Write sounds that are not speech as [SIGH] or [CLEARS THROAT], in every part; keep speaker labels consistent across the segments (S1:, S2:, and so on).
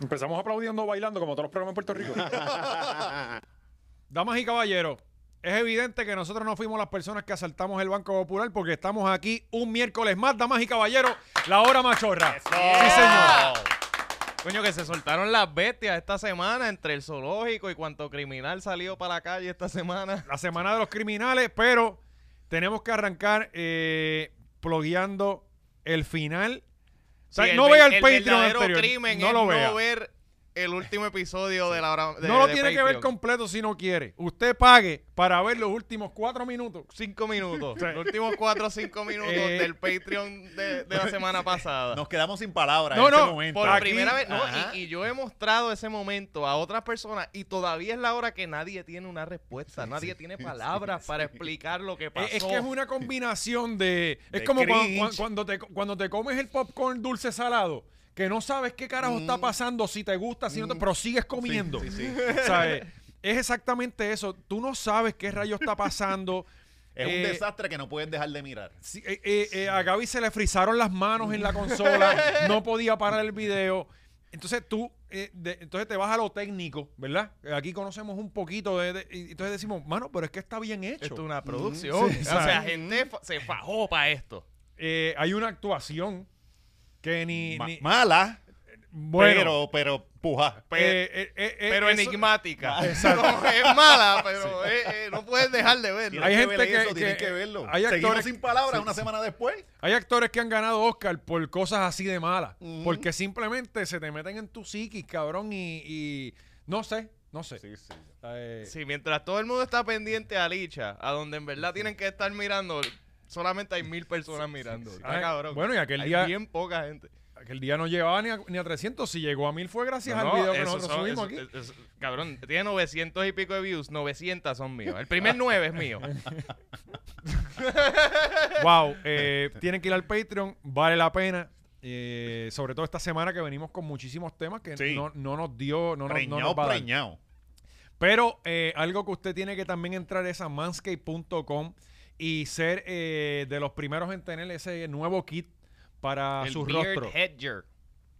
S1: Empezamos aplaudiendo, bailando, como todos los programas en Puerto Rico.
S2: Damas y caballeros, es evidente que nosotros no fuimos las personas que asaltamos el Banco Popular porque estamos aquí un miércoles más, damas y caballeros, la hora machorra. Sí, señor.
S3: Coño, que se soltaron las bestias esta semana entre el zoológico y cuanto criminal salió para la calle esta semana.
S2: La semana de los criminales, pero tenemos que arrancar eh, plogueando el final. O sea,
S3: Sí,
S2: no
S3: ve-
S2: vea el, Patreon
S3: verdadero
S2: anterior.
S3: crimen
S2: no
S3: es
S2: lo vea.
S3: no ver el último episodio de la hora de-
S2: no lo
S3: de
S2: tiene que ver
S3: Patreon.
S2: completo si no quiere. Usted pague para ver los últimos cuatro minutos.
S3: cinco minutos.
S2: [LAUGHS] Sí.
S3: Los últimos cuatro o cinco minutos
S2: Eh.
S3: del Patreon de, de la semana pasada.
S4: Nos quedamos sin palabras
S2: No,
S4: en ese
S2: no,
S4: momento.
S3: Por
S2: Aquí,
S3: primera vez, no,
S4: ajá.
S3: y, y yo he mostrado ese momento a otras personas y todavía es la hora que nadie tiene una respuesta, nadie tiene palabras para explicar lo que pasó.
S2: Es, es que es una combinación de. Es
S4: De
S2: como cuan- cuan-
S4: cringe.
S2: cuando, te, cuando te comes el popcorn dulce salado, que no sabes qué carajo está pasando, si te gusta, si no te. Pero sigues comiendo.
S4: Mm. Sí, sí, sí.
S2: ¿Sabes? Es exactamente eso. Tú no sabes qué rayo está pasando.
S4: [LAUGHS] Es un
S2: Eh,
S4: desastre que no puedes dejar de mirar.
S2: Sí, eh, eh, eh, a Gaby se le frizaron las manos en la
S4: [LAUGHS]
S2: consola, no podía parar el video. Entonces tú, eh, de- entonces te vas a lo técnico, ¿verdad? Eh, Aquí conocemos un poquito de, de- y entonces decimos, mano, pero es que está bien hecho.
S3: Esto es una producción.
S2: Sí,
S3: o sea,
S2: ¿sabes?
S3: gente fa- se fajó para esto.
S2: Eh, hay una actuación que ni,
S4: Ma-
S2: ni-
S4: mala,
S2: bueno,
S4: pero, pero, puja.
S3: pe-
S2: eh, eh, eh, eh,
S3: Pero
S2: eso- [LAUGHS]
S3: enigmática. No, es mala, pero eh, eh, no puedes dejar de verlo.
S2: Hay
S4: Tienes
S2: gente
S4: ver
S2: que-
S4: eso, tienes
S2: que-
S4: que verlo.
S2: hay actores-
S4: Seguimos sin palabras una semana después.
S2: Hay actores que han ganado Oscar por cosas así de malas, porque simplemente se te meten en tu psiquis, cabrón, y, y no sé, no sé.
S4: Sí, sí.
S2: Eh,
S3: Sí, mientras todo el mundo está pendiente a Licha, a donde en verdad tienen que estar mirando, solamente hay mil personas mirando. Está
S2: Ay,
S3: cabrón.
S2: Ah, bueno, y aquel
S3: Hay
S2: día-
S3: bien poca gente.
S2: Aquel día no llevaba ni a, ni a 300. Si llegó a 1000 fue gracias
S3: No,
S2: al video que
S3: esos
S2: nosotros
S3: son-
S2: subimos
S3: esos-
S2: aquí.
S3: esos- cabrón, tiene 900 y pico de views, 900 son míos. El primer 9
S2: [LAUGHS]
S3: es mío.
S2: Wow,
S4: [LAUGHS]
S2: eh, tienen que ir al Patreon, vale la pena. Eh, sobre todo esta semana que venimos con muchísimos temas que
S4: Sí.
S2: no, no nos dio, no, nos- no
S4: preñado,
S2: nos va a dar.
S4: preñado.
S2: Pero eh, algo que usted tiene que también entrar es a manscape.com y ser eh, de los primeros en tener ese nuevo kit para
S3: el
S2: su
S3: Beard
S2: rostro.
S3: Hedger.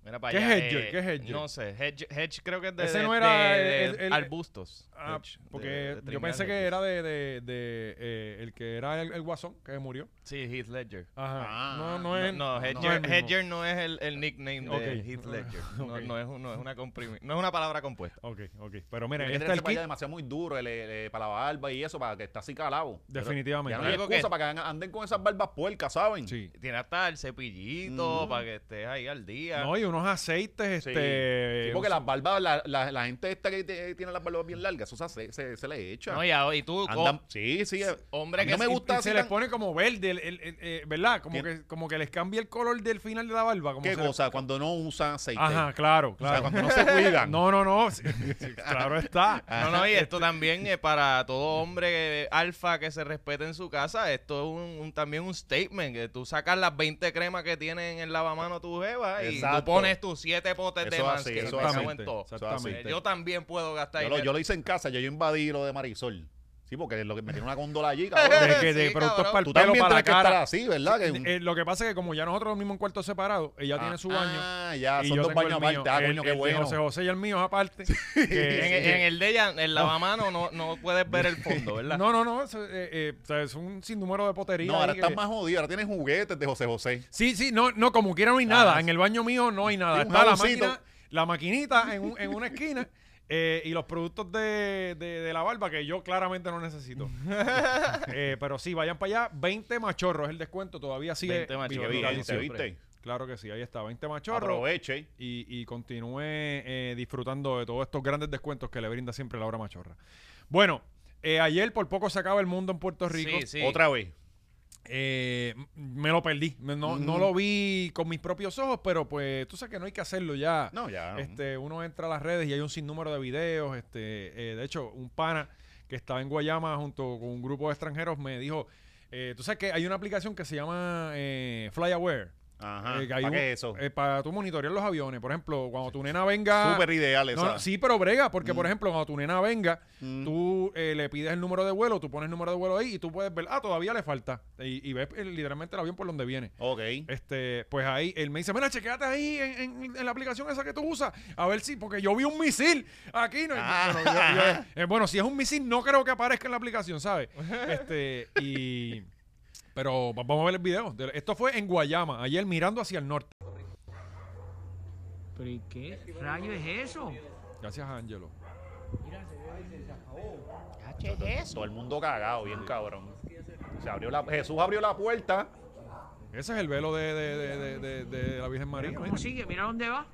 S3: Mira para
S2: ¿Qué
S3: allá, eh,
S2: es Hedger? ¿Qué es Hedger?
S3: No sé, hedge, hedge creo que es de,
S2: Ese
S3: de-
S2: no era
S3: de- de
S2: el- el- el-
S3: arbustos.
S2: Ah,
S3: hedge, de-
S2: porque
S3: de
S2: yo
S3: trincar
S2: pensé que
S3: hedges.
S2: era de, de- de, eh, el que era el, el guasón que murió.
S3: Sí, Heath Ledger.
S2: Ajá.
S4: Ah,
S2: no, no,
S3: No,
S2: es.
S3: no,
S2: no es
S3: Hedger
S2: el
S3: Hedger
S2: mismo.
S3: no, es el, el nickname de
S2: Ok. [LAUGHS]
S3: Heath Ledger. No,
S2: Ok.
S3: no es, un- no es una comprimi- no es una palabra compuesta.
S2: Ok, ok. Pero miren, este es
S4: Tiene que tenerse
S2: el
S4: para
S2: kit.
S4: allá demasiado muy duro el, el- el- para la barba y eso, para que está así calado. Pero
S2: Definitivamente.
S4: Ya no hay
S3: Algo que-
S4: excusa para que anden con esas barbas puercas, ¿saben?
S2: Sí.
S3: Tiene hasta el cepillito para que estés ahí al día.
S2: Mm. No, y unos aceites,
S4: Sí.
S2: este.
S4: Sí, porque las barbas, la, la- la gente esta que te- tiene las barbas bien largas, eso se, hace- se, se le echa.
S3: No, y, ahora- y tú,
S4: Andan-
S3: co-
S4: sí, eh, sí.
S3: hombre
S4: a mí
S3: que
S4: no me
S3: sí-
S4: gusta
S2: y se
S4: así
S2: les
S4: tan-
S2: pone como verde, el- el- el- eh, ¿verdad? Como
S4: Bien.
S2: que, como que les cambia el color del final de la barba. Como
S4: ¿Qué
S2: se le-
S4: cosa? Cuando no usan aceite.
S2: Ajá, claro,
S4: O sea,
S2: claro.
S4: cuando no se
S2: [LAUGHS]
S4: cuidan.
S2: No, no, no. sí, sí, claro está.
S4: Ah,
S3: No, no, y esto
S4: este-
S3: también
S4: [LAUGHS]
S3: es para todo hombre alfa que se respete en su casa. Esto es un, un- también un statement. Que tú sacas las 20 cremas que tienen en el lavamano tu jeva y tú
S4: Exacto.
S3: pones tus 7 potes de
S4: Eso es
S3: más
S4: así,
S3: que
S4: [LAUGHS] eso
S3: me
S4: es
S3: cago en
S2: así.
S3: todo.
S2: Exactamente.
S3: Eh, Yo también puedo gastar
S4: Yo lo,
S3: dinero.
S4: yo lo hice en casa, yo, yo invadí lo de Marisol. Sí, porque lo que me tiene una góndola
S2: [LAUGHS]
S4: allí,
S2: De,
S4: cabrón.
S2: que- de
S3: Sí,
S2: productos
S3: cabrón.
S2: para
S4: Tú
S2: el pelo,
S4: también
S2: para
S4: tienes
S2: la
S4: que estar
S2: cara.
S4: así, ¿verdad? Que un-
S2: Eh, lo que pasa es que como ya nosotros dormimos en cuarto separado, ella tiene su baño.
S4: Ah, ya,
S2: y
S4: son
S2: yo
S4: dos
S2: tengo el
S4: baños
S2: mío.
S4: aparte. Ah,
S2: El-
S4: coño, qué
S2: el de
S4: bueno.
S2: José José y el mío es aparte.
S4: [LAUGHS]
S2: que-
S3: En,
S2: que-
S3: en el de ella, en lavamano, no, no puedes ver el fondo,
S4: [LAUGHS]
S3: ¿verdad?
S2: no, no, no. eso, eh, eh, o sea, es un sinnúmero de potería.
S4: No, ahora
S2: ahí
S4: estás
S2: que-
S4: más jodido, ahora tienes juguetes de José José.
S2: Sí, sí, no, no, como quiera no hay nada.
S4: Ajá.
S2: En el baño mío no hay nada.
S4: Ah, Sí, un
S2: Está la
S4: jaboncito.
S2: máquina, la maquinita en, un- en una esquina [LAUGHS] eh, y los productos de, de- de la barba que yo claramente no necesito.
S4: [LAUGHS]
S2: Eh, pero sí, vayan para allá. 20 machorros es el descuento. Todavía sigue
S3: 20 machorros,
S2: vigente.
S3: Claro,
S4: ¿Viste? ¿Viste?
S2: Claro que sí, ahí está. 20 machorros.
S4: Aproveche.
S2: Y, y continúe eh, disfrutando de todos estos grandes descuentos que le brinda siempre la hora machorra. Bueno, eh, ayer por poco se acaba el mundo en Puerto Rico.
S3: Sí, sí.
S4: Otra vez.
S2: Eh, m- me lo perdí. Me- No, no lo vi con mis propios ojos, pero pues tú sabes que no hay que hacerlo ya.
S4: No, ya. no.
S2: Este, uno entra a las redes y hay un sinnúmero de videos. Este, eh, de hecho, un pana que estaba en Guayama junto con un grupo de extranjeros me dijo, eh, tú sabes que hay una aplicación que se llama eh, FlyAware.
S4: Ajá.
S2: Eh, que hay
S4: ¿Para
S2: un-
S4: Ah, qué eso?
S2: eh, para tú monitorear los aviones. Por ejemplo, cuando tu nena venga.
S4: Súper ideal
S2: No,
S4: esa.
S2: no, sí, pero brega, porque por ejemplo, cuando tu nena venga,
S4: Mm.
S2: tú eh, le pides el número de vuelo, tú pones el número de vuelo ahí y tú puedes ver, ah, todavía le falta. Y, y ves eh, literalmente el avión por donde viene.
S4: Ok.
S2: Este, pues ahí, él me dice, mira, chequeate ahí en, en- en la aplicación esa que tú usas, a ver si, porque yo vi un misil aquí. No,
S4: Ah.
S2: bueno, yo- yo- eh, bueno, si es un misil, no creo que aparezca en la aplicación,
S4: [LAUGHS]
S2: ¿sabes? Este, y... Pero va- vamos a ver el video. De- Esto fue en Guayama, ayer mirando hacia el norte.
S5: ¿Pero y qué rayo es eso?
S2: Gracias a Angelo.
S4: Todo el mundo cagado, bien cabrón. Se abrió la, Jesús abrió la puerta.
S2: Ese es el velo de, de- de- de- de- de la Virgen María.
S5: ¿Cómo
S2: mira.
S5: sigue? Mira dónde va.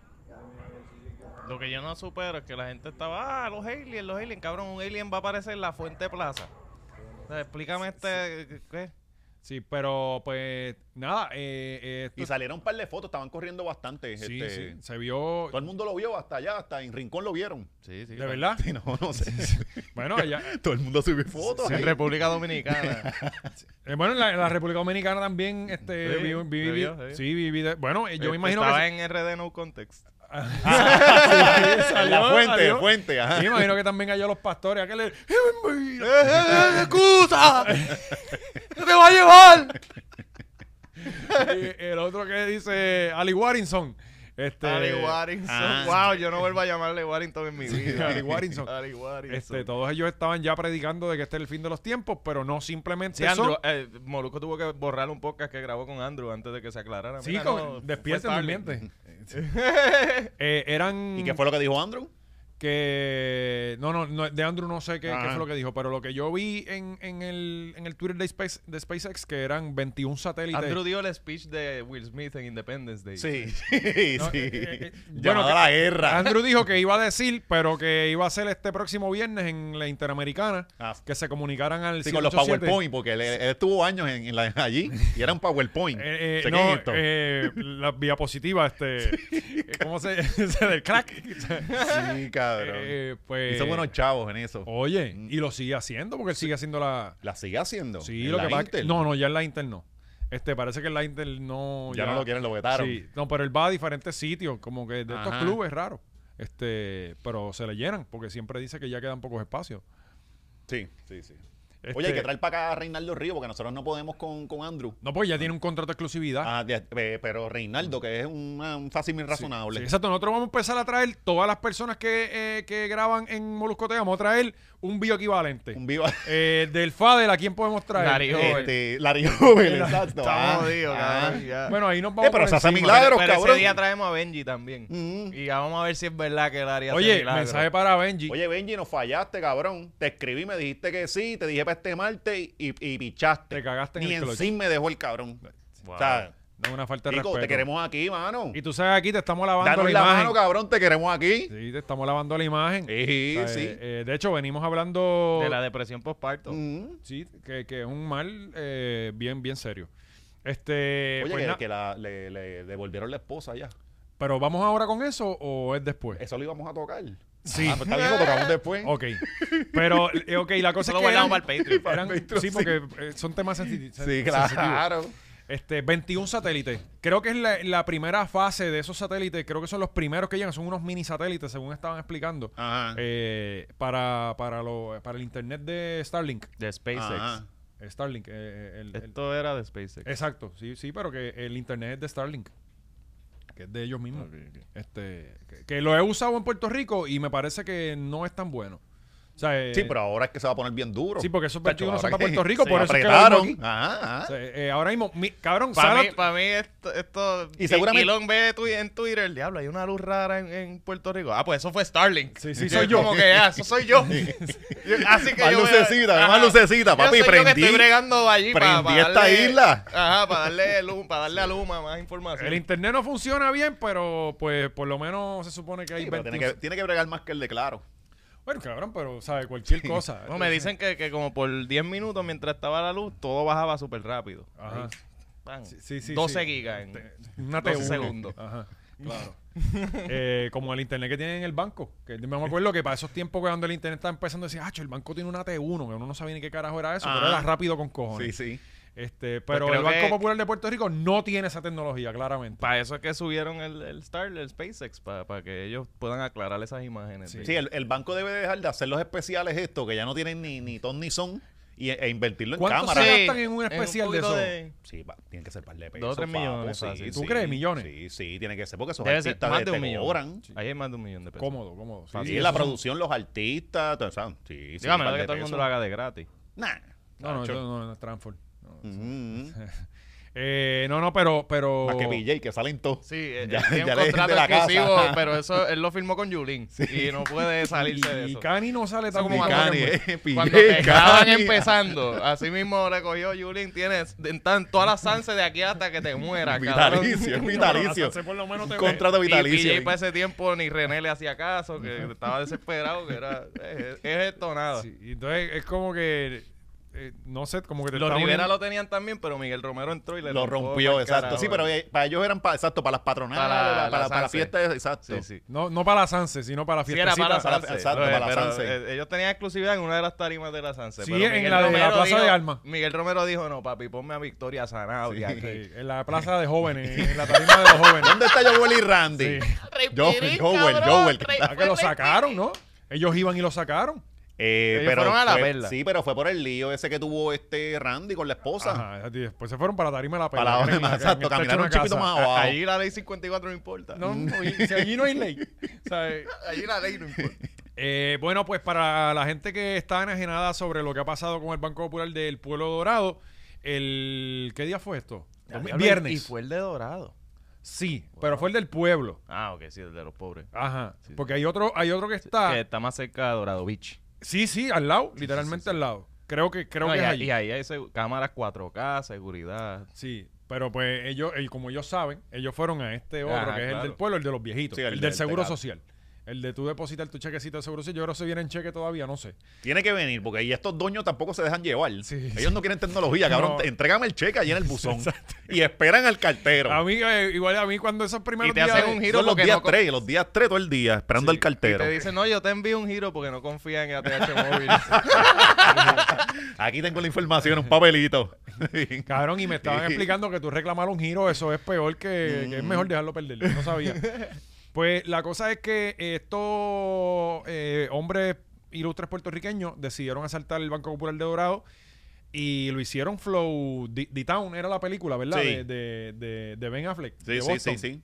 S3: Lo que yo no supero es que la gente estaba, ah, los aliens, los aliens, cabrón, un alien va a aparecer en la Fuente Plaza. O sea, explícame este, ¿qué?
S2: Sí, pero pues nada. eh, eh,
S4: Y
S2: esto-
S4: salieron un par de fotos, estaban corriendo bastante.
S2: sí,
S4: este,
S2: sí, se vio...
S4: Todo el mundo lo vio hasta allá, hasta en Rincón lo vieron.
S3: Sí, sí.
S2: ¿De verdad?
S4: [LAUGHS] Sí, no, no sé.
S2: Bueno, ella,
S4: [LAUGHS] Todo el mundo subió fotos.
S3: En
S4: ahí.
S3: [LAUGHS] República Dominicana.
S2: Eh, bueno, en la, en la República Dominicana también este,
S3: Sí,
S2: vi- vi-
S3: se
S2: vi-
S3: vio, se vio.
S2: sí, vi- vi- de- bueno, eh, yo me imagino
S3: Estaba
S2: que...
S3: en RD No Context.
S4: la
S2: salió,
S4: fuente,
S2: salió.
S4: fuente, ajá.
S2: Sí, me imagino que también cayó los pastores. Aquel "Eh, le-
S3: Eh,
S2: [LAUGHS]
S3: ¡Excusa! ¡No te va a llevar!
S2: y Eh, el otro que dice Ali Warrington. Este,
S3: Ali Warrington.
S4: Ah.
S3: Wow, yo no vuelvo a llamarle Warrington en mi vida.
S2: Ali
S3: [LAUGHS]
S2: Warrington.
S3: Ali Warrington.
S2: Este, todos ellos estaban ya predicando de que este es el fin de los tiempos, pero no simplemente
S3: Sí,
S2: son-
S3: Andrew, eh, Molusco tuvo que borrar un podcast que grabó con Andrew antes de que se aclarara.
S2: Sí,
S3: Mira,
S2: con-
S3: no, fue
S2: despierten,
S3: Starling.
S4: [LAUGHS]
S2: durmientes. [LAUGHS] Eh, eran
S4: ¿Y qué fue lo que dijo Andrew?
S2: que no, no, no, de Andrew no sé qué,
S4: Ajá.
S2: qué fue lo que dijo, pero lo que yo vi en, en el, en el Twitter de, Space- de SpaceX que eran 21 satélites.
S3: Andrew dio el speech de Will Smith en Independence Day.
S4: Sí, [LAUGHS] sí.
S2: No, eh, eh, eh, bueno,
S4: Llamada
S2: que-
S4: a la guerra.
S2: Andrew dijo
S4: [LAUGHS]
S2: que iba a decir, pero que iba a ser este próximo viernes en la Interamericana,
S4: Ah.
S2: que se comunicaran al
S4: Sí, con los
S2: 187.
S4: PowerPoint, porque él, él estuvo años en, en la- allí y era un PowerPoint.
S2: [LAUGHS] Eh, eh,
S4: Chequen
S2: no,
S4: esto.
S2: eh, la diapositiva, este,
S4: [LAUGHS]
S2: eh, ¿cómo se, se del crack?
S4: sí, cabrón.
S2: Eh, oh. pues,
S4: Hizo buenos chavos en eso.
S2: oye, y lo sigue haciendo porque él sigue haciendo la,
S4: ¿La sigue haciendo?
S2: sí,
S4: ¿En
S2: lo
S4: la
S2: que pasa es que-
S4: Intel?
S2: no, no, ya en la Intel no, este, parece que en la Intel no,
S4: Ya no lo quieren, lo vetaron.
S2: Sí, no, pero él va a diferentes sitios, como que de estos
S4: Ajá.
S2: clubes raros. Este, pero se le llenan, porque siempre dice que ya quedan pocos espacios.
S4: Sí, sí, sí.
S2: Este,
S4: Oye, hay que traer para acá a Reinaldo Río, porque nosotros no podemos con, con Andrew.
S2: No, pues ya tiene un contrato de exclusividad.
S4: Ah, de- eh, pero Reinaldo, que es una- un fácil razonable.
S2: Sí, exacto, nosotros vamos a empezar a traer todas las personas que, eh, que graban en Moluscotea, vamos a traer un bioequivalente. [LAUGHS]
S4: Un viva.
S2: Eh, del FADEL, ¿a quién podemos traer?
S3: Larry
S2: Eh,
S3: Joven.
S4: Este, Larry Joven, exacto.
S3: Está
S4: Ah,
S3: jodido,
S4: ah.
S3: cabrón, ya.
S2: bueno, ahí nos vamos
S4: Eh, pero
S2: por
S4: se hace
S2: encima.
S4: milagro.
S3: pero
S4: cabrón.
S3: ese día traemos a Benji también.
S4: Mm.
S3: Y ya vamos a ver si es verdad que el área hace
S2: Oye,
S3: milagros.
S2: mensaje para Benji.
S4: Oye, Benji, nos fallaste, cabrón. Te escribí, me dijiste que sí, te dije para este martes y, y pichaste.
S2: Te cagaste en
S4: Ni
S2: el
S4: en
S2: clutch.
S4: sí me dejó el cabrón.
S3: Wow.
S4: O sea,
S2: No, una falta de
S4: Nico,
S2: respeto.
S4: te queremos aquí, mano.
S2: Y tú sabes, aquí te estamos lavando
S4: Danos
S2: la
S4: la
S2: imagen.
S4: mano, cabrón, te queremos aquí.
S2: sí, te estamos lavando la imagen.
S4: Sí,
S2: O sea,
S4: sí.
S2: eh, eh, de hecho, venimos hablando
S3: De la depresión postparto.
S4: Mm.
S2: sí, que, que es un mal eh, bien, bien serio. Este,
S4: Oye,
S2: pues
S4: que,
S2: na-
S4: que la- le, le devolvieron la esposa ya.
S2: pero vamos ahora con eso o es después.
S4: Eso lo íbamos a tocar.
S2: Sí.
S4: Ah, pues está bien, lo tocamos después.
S2: Ok. Pero, eh, ok, la cosa
S3: Eso lo
S2: es que.
S3: guardamos para el Patreon.
S2: eran-
S4: Para el Patreon,
S2: sí,
S4: sí.
S2: porque eh, son temas sensitivos.
S4: Sí, claro.
S2: Este, 21 satélites. Creo que es la, la primera fase de esos satélites. Creo que son los primeros que llegan. Son unos mini satélites, según estaban explicando.
S4: Ajá.
S2: eh, para, para, lo- para el internet de Starlink.
S3: De SpaceX.
S4: Ajá.
S2: Starlink. eh, el- el-
S3: Esto era de SpaceX.
S2: Exacto, sí, sí, pero que el internet es de Starlink. Que es de ellos mismos. Este, que, que lo he usado en Puerto Rico y me parece que no es tan bueno. O sea, eh,
S4: Sí, pero ahora es que se va a poner bien duro.
S2: Sí, porque esos
S4: Tacho,
S2: 21 son
S4: ahora
S2: para
S4: que-
S2: Puerto Rico,
S4: [LAUGHS] se
S2: por eso es que lo
S4: apretaron.
S2: vimos aquí.
S4: Ajá,
S2: o
S4: ajá.
S2: sea, eh, ahora mismo, mi- cabrón,
S3: Para
S2: Sara-
S3: mí, pa' mí esto, esto-
S4: Y seguramente-
S3: Elon ve tu- en Twitter, el diablo, hay una luz rara en, en Puerto Rico. Ah, pues eso fue Starlink.
S2: Sí, sí,
S3: Que
S2: soy
S3: es
S2: yo.
S3: Como que, ah, eso soy
S4: [LAUGHS]
S3: yo. Yo- Así que
S4: Más
S3: yo voy a-
S4: lucecita,
S3: Ajá.
S4: más lucecita, papi,
S3: Yo soy yo que
S4: prendí-
S3: estoy bregando allí para,
S4: prendí esta isla.
S3: Ajá, para darle, lum- para darle a Luma más información.
S2: el internet no funciona bien, pero pues por lo menos se supone que hay
S4: Sí, pero tiene,
S2: 21
S4: que, tiene que bregar más que el de claro.
S2: Bueno, cabrón, pero, ¿sabes? Cualquier cosa.
S3: No, me dicen que, que como por 10 minutos mientras estaba la luz, todo bajaba súper rápido.
S2: Ajá.
S3: Pan.
S2: Sí, sí,
S3: 12
S2: sí.
S3: gigas. en-
S4: Este-
S2: Una
S3: 12
S2: T1.
S3: segundos.
S2: Ajá. Claro. [LAUGHS] Eh, como el internet que tienen en el banco. Que yo me acuerdo que para esos tiempos que cuando el internet estaba empezando, decía, ah, el banco tiene una T1, que uno no sabía ni qué carajo era eso, pero
S4: Ajá.
S2: era rápido con cojones.
S4: Sí, sí.
S2: Este, pero
S3: Pues creo
S2: el Banco
S3: que-
S2: Popular de Puerto Rico no tiene esa tecnología, claramente.
S3: Para eso es que subieron el, el Star, el SpaceX, para, que ellos puedan aclarar esas imágenes.
S2: Sí.
S3: de-
S4: Sí, el, el banco debe dejar de hacer los especiales estos que ya no tienen ni, ni ton ni son y, e invertirlo en
S2: ¿Cuánto
S4: cámara.
S2: se gastan en un especial de
S3: poquito
S2: eso?
S4: Sí, va, tienen que ser par de pesos.
S3: Dos o tres
S4: papo,
S3: millones,
S4: sí,
S3: fácil.
S2: ¿Tú
S4: sí,
S2: crees, millones?
S4: Sí, sí, tiene que ser porque esos
S3: Debe ser
S4: artistas
S3: más
S4: de,
S3: de un
S4: te
S3: millón.
S4: cobran.
S3: Ahí hay más de un millón de pesos.
S2: Cómodo, cómodo. sí.
S4: Sí,
S2: Sí,
S4: la
S2: eso-
S4: producción, los artistas, todo eso. Sí, sí,
S3: Dígame,
S4: un par
S3: que
S4: de
S3: todo el mundo
S4: pesos.
S3: lo haga de gratis.
S4: Nah.
S2: No, no,
S4: Nacho.
S2: eso no, no es transform. No.
S4: Mm,
S2: Eh, no, no, pero... pero...
S4: Más que PJ, que salen todos.
S3: Sí, él
S4: Ya-
S3: tiene
S4: ya
S3: un
S4: le- de
S3: contrato
S4: la casa.
S3: exclusivo, pero eso él lo firmó con Yulín y no puede salirse de
S2: Y
S3: eso.
S2: Cani no sale tan
S3: como
S2: bien
S3: Cani,
S2: Cani.
S4: eh, PJ,
S3: Cuando te graban
S4: Cani.
S3: empezando, así mismo recogió Yulín, tienes en tan- todas las chances de aquí hasta que te mueras, cabrón.
S4: Vitalicio,
S2: pues.
S1: Bueno,
S4: vitalicio.
S1: hasta se por lo menos te
S4: Un
S1: ve.
S4: contrato
S3: Y pues,
S4: vitalicio.
S3: PJ para ese tiempo ni René le hacía caso, que estaba desesperado, que era es, es esto o nada.
S2: Sí, y entonces es como que... eh, no sé, como que te
S3: Los
S2: está
S3: Rivera
S2: uniendo-
S3: lo tenían también, pero Miguel Romero entró y le
S4: Lo
S3: pa'l
S4: rompió, exacto.
S3: pues, carajo.
S4: Sí, pero eh, para ellos eran para, exacto, para las patronales,
S3: Para la-
S4: para,
S3: la
S4: para- para la
S3: Sanse.
S4: fiesta, exacto.
S3: Sí, sí.
S2: No, no para la Sanse, sino para la
S3: Sí, era
S2: fiestecita.
S3: para la
S4: para la-
S3: Sanse.
S4: exacto,
S3: pero-
S4: para la
S3: pero,
S4: Sanse.
S3: eh, ellos tenían exclusividad en una de las tarimas de la Sanse.
S2: Sí,
S3: pero
S2: en
S3: Miguel
S2: la de la
S3: Romero
S2: Plaza
S3: dijo-
S2: de Armas.
S3: Miguel Romero dijo, no, papi, ponme a Victoria Zanabria
S2: Sí,
S3: aquí.
S2: [LAUGHS] en la plaza de jóvenes, en la tarima de los jóvenes.
S4: ¿Dónde está Joel y Randy? Joel, Joel, Joel. que está-
S2: Ah, que lo sacaron, ¿no? Ellos iban y lo sacaron.
S4: Eh,
S3: Ellos
S4: pero
S3: fueron a la
S4: fue-
S3: perla.
S4: Sí, pero fue por el lío ese que tuvo este Randy con la esposa.
S2: Ajá, exacto, y después se fueron para la tarima de la
S4: Para
S2: pelea.
S4: la-
S2: que era en la-
S4: exacto,
S2: en el techo
S4: caminaron
S2: de
S4: un
S2: una
S4: chipito
S2: casa.
S4: más abajo.
S3: Ahí la ley 54 no importa.
S2: No, no, y- si allí no hay ley. O sea, eh,
S3: Ahí la ley no importa.
S2: [LAUGHS] eh, bueno, pues para la gente que está enajenada sobre lo que ha pasado con el Banco Popular del Pueblo Dorado, el ¿qué día fue esto? Domi- Viernes.
S3: Y fue el de Dorado.
S2: Sí, pero fue el del pueblo.
S3: Ah, ok, sí, el de los pobres.
S2: Ajá.
S3: Sí.
S2: Porque hay otro, hay otro que está.
S3: Que está más cerca de Dorado Beach.
S2: Sí, sí, al lado, literalmente al lado. Creo que, creo
S3: No,
S2: que
S3: y,
S2: es
S3: a-
S2: allí.
S3: y ahí hay segu- cámaras 4K, seguridad.
S2: Sí, pero pues ellos, el- como ellos saben, ellos fueron a este otro
S3: Ajá,
S2: que es el
S3: claro.
S2: del pueblo, el de los viejitos,
S4: Sí,
S2: el,
S4: el
S2: del
S4: del
S2: seguro
S4: Tecate.
S2: social. El de tú depositar tu chequecito de seguro social. Yo creo que se viene en cheque todavía, no sé.
S4: Tiene que venir, porque ahí estos dueños tampoco se dejan llevar.
S2: Sí.
S4: Ellos no
S3: [LAUGHS]
S4: quieren tecnología, cabrón.
S2: No.
S4: Te- Entrégame el cheque allí en el buzón. y esperan al cartero.
S2: A mí, eh, igual a mí, cuando esos primeros
S3: Y te
S2: días.
S3: hacen
S2: de-
S3: un giro
S4: Son los
S3: porque
S4: días
S3: no co-
S4: 3, los días 3 todo el día, esperando al
S3: Y
S4: cartero.
S3: te dicen, no, yo te envío un giro porque no confía en ATH móvil. [LAUGHS]
S4: Aquí tengo la información, en un papelito.
S2: Cabrón, y me estaban explicando que tú reclamar un giro, eso es peor que,
S4: Mm.
S2: que es mejor dejarlo perder. Yo no
S4: [LAUGHS]
S2: sabía. Pues la cosa es que estos eh, hombres ilustres puertorriqueños decidieron asaltar el Banco Popular de Dorado y lo hicieron Flow. D- D-Town era la película, ¿verdad?
S4: Sí.
S2: De, de- de- de Ben Affleck.
S4: Sí,
S2: de
S4: sí,
S2: Boston.
S4: sí, sí.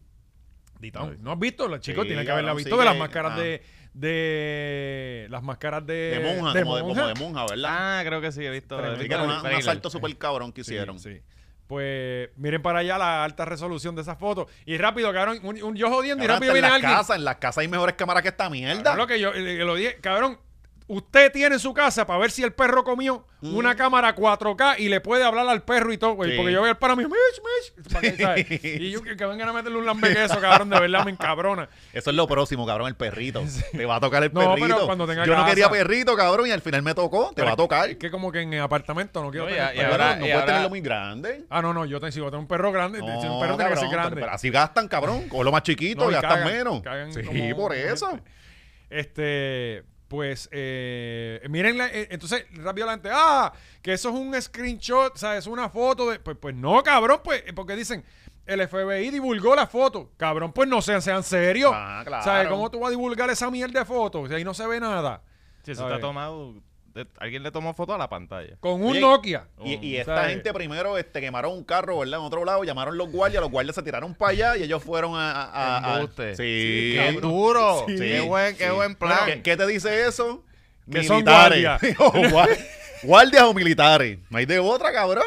S2: D-Town. ¿No has visto? Los chicos
S4: Sí,
S2: tienen que haberla
S4: cabrón,
S2: visto
S4: sí
S2: de las
S4: que-
S2: máscaras
S4: ah.
S2: de, de. Las máscaras Eh, de.
S4: De monja, como, De, como de monja, ¿verdad?
S3: ah, creo que sí, he visto. he
S2: Tremendo.
S4: Así
S3: visto
S4: que era
S3: el
S4: una- un
S3: trailer.
S4: asalto súper cabrón que
S2: Sí,
S4: hicieron.
S2: sí. Pues miren para allá la alta resolución de esas fotos. Y rápido, cabrón, un, un- yo jodiendo y
S4: Cabrón,
S2: rápido
S4: hasta en
S2: viene
S4: las
S2: alguien.
S4: casas, en las casas hay mejores cámaras que esta mierda.
S2: Cabrón, lo que yo eh, lo dije, cabrón, usted tiene en su casa para ver si el perro comió una cámara 4K y le puede hablar al perro y todo, güey.
S4: Mm. Sí.
S2: Porque yo veo al perro mío, "Mish, mish", para que,
S4: [LAUGHS]
S2: ¿sabes? Y yo que, que vengan a meterle un lambequeso, cabrón, de verdad me encabrona.
S4: Eso es lo próximo, cabrón, el perrito. Te va a tocar el
S2: No, pero
S4: perrito.
S2: cuando tenga
S4: Yo no
S2: casa.
S4: quería perrito, cabrón, y al final me tocó. Te
S2: Pero
S4: va a tocar.
S2: Es que como que en el apartamento no quiero
S3: No,
S2: tener
S3: ya-
S2: perro.
S4: Cabrón,
S3: ahora-
S4: no
S3: y
S4: puedes
S3: ahora-
S4: tenerlo muy grande.
S2: Ah, no, no, yo te, si voy a tener un perro [LAUGHS] grande, si un
S4: No,
S2: perro tiene que ser
S4: cabrón,
S2: grande.
S4: pero- pero así gastan, cabrón. O lo más chiquito,
S2: No, y
S4: gastan
S2: cagan,
S4: menos.
S2: cagan
S4: sí,
S2: como-
S4: por eso.
S2: Este, pues, eh, miren, la- eh, entonces, rápido adelante, ah, que eso es un screenshot, o sea, es una foto de, pues, pues no, cabrón, pues, eh, porque dicen, el FBI divulgó la foto, cabrón, pues no sean, sean serios.
S4: Ah, claro.
S2: ¿Sabes cómo tú vas a divulgar esa mierda de fotos? Si ahí no se ve nada.
S3: Sí, eso
S2: A
S3: está
S2: ver.
S3: tomado. de- alguien le tomó foto a la pantalla.
S2: Con un
S4: Oye,
S2: Nokia.
S4: Y, y
S2: Oh,
S4: esta
S2: ¿sabes?
S4: gente primero este, quemaron un carro, ¿verdad? En otro lado, llamaron los guardias, los guardias se tiraron para allá y ellos fueron a. a- a- a-
S3: Embuste.
S4: sí.
S3: ¡Qué duro!
S4: Sí,
S3: ¡Qué buen, qué
S4: sí.
S3: buen
S4: Bueno,
S3: plan!
S4: ¿qué, qué te dice eso?
S2: Que son
S4: [LAUGHS]
S2: guardias.
S4: O gua- guardias o militares. No hay de otra, cabrón.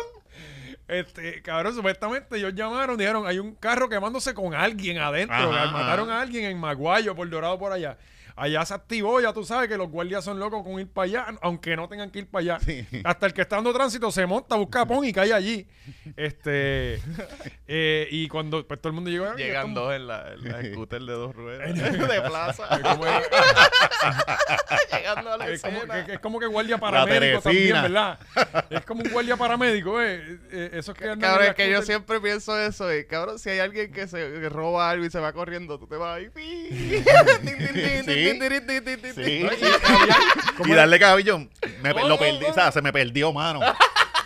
S2: Este, cabrón, supuestamente ellos llamaron, dijeron, hay un carro quemándose con alguien adentro.
S4: Ajá,
S2: que mataron
S4: ajá.
S2: a alguien en Maguayo, por Dorado, por allá. Allá se activó, ya tú sabes que los guardias son locos con ir para allá, aunque no tengan que ir para allá.
S4: Sí.
S2: Hasta el que está dando tránsito se monta, busca a Pon y cae allí. Este, eh, y cuando pues, todo el mundo llegó... "Ay,
S3: Llegan
S2: esto-
S3: dos en la,
S2: [LAUGHS]
S3: en la scooter de dos ruedas. de plaza.
S2: como es-
S3: [LAUGHS] llegando a la
S2: Es como,
S3: escena.
S2: que, es como que guardia paramédico también,
S4: Teresina.
S2: ¿verdad? Es como un guardia paramédico, ¿eh? Eh, Esos que andan en
S3: Cabrón,
S2: la
S3: es que yo
S2: scooter.
S3: siempre pienso eso. eh, Cabrón, si hay alguien que se que roba algo y se va corriendo, tú te vas
S2: [LAUGHS]
S3: ahí. pi. Tin, tin, tin, tin, tin, tin, tin, tin, tin, tin.
S4: Sí. y darle cabello. Me, pe- lo perdí, o sea, se me perdió, mano.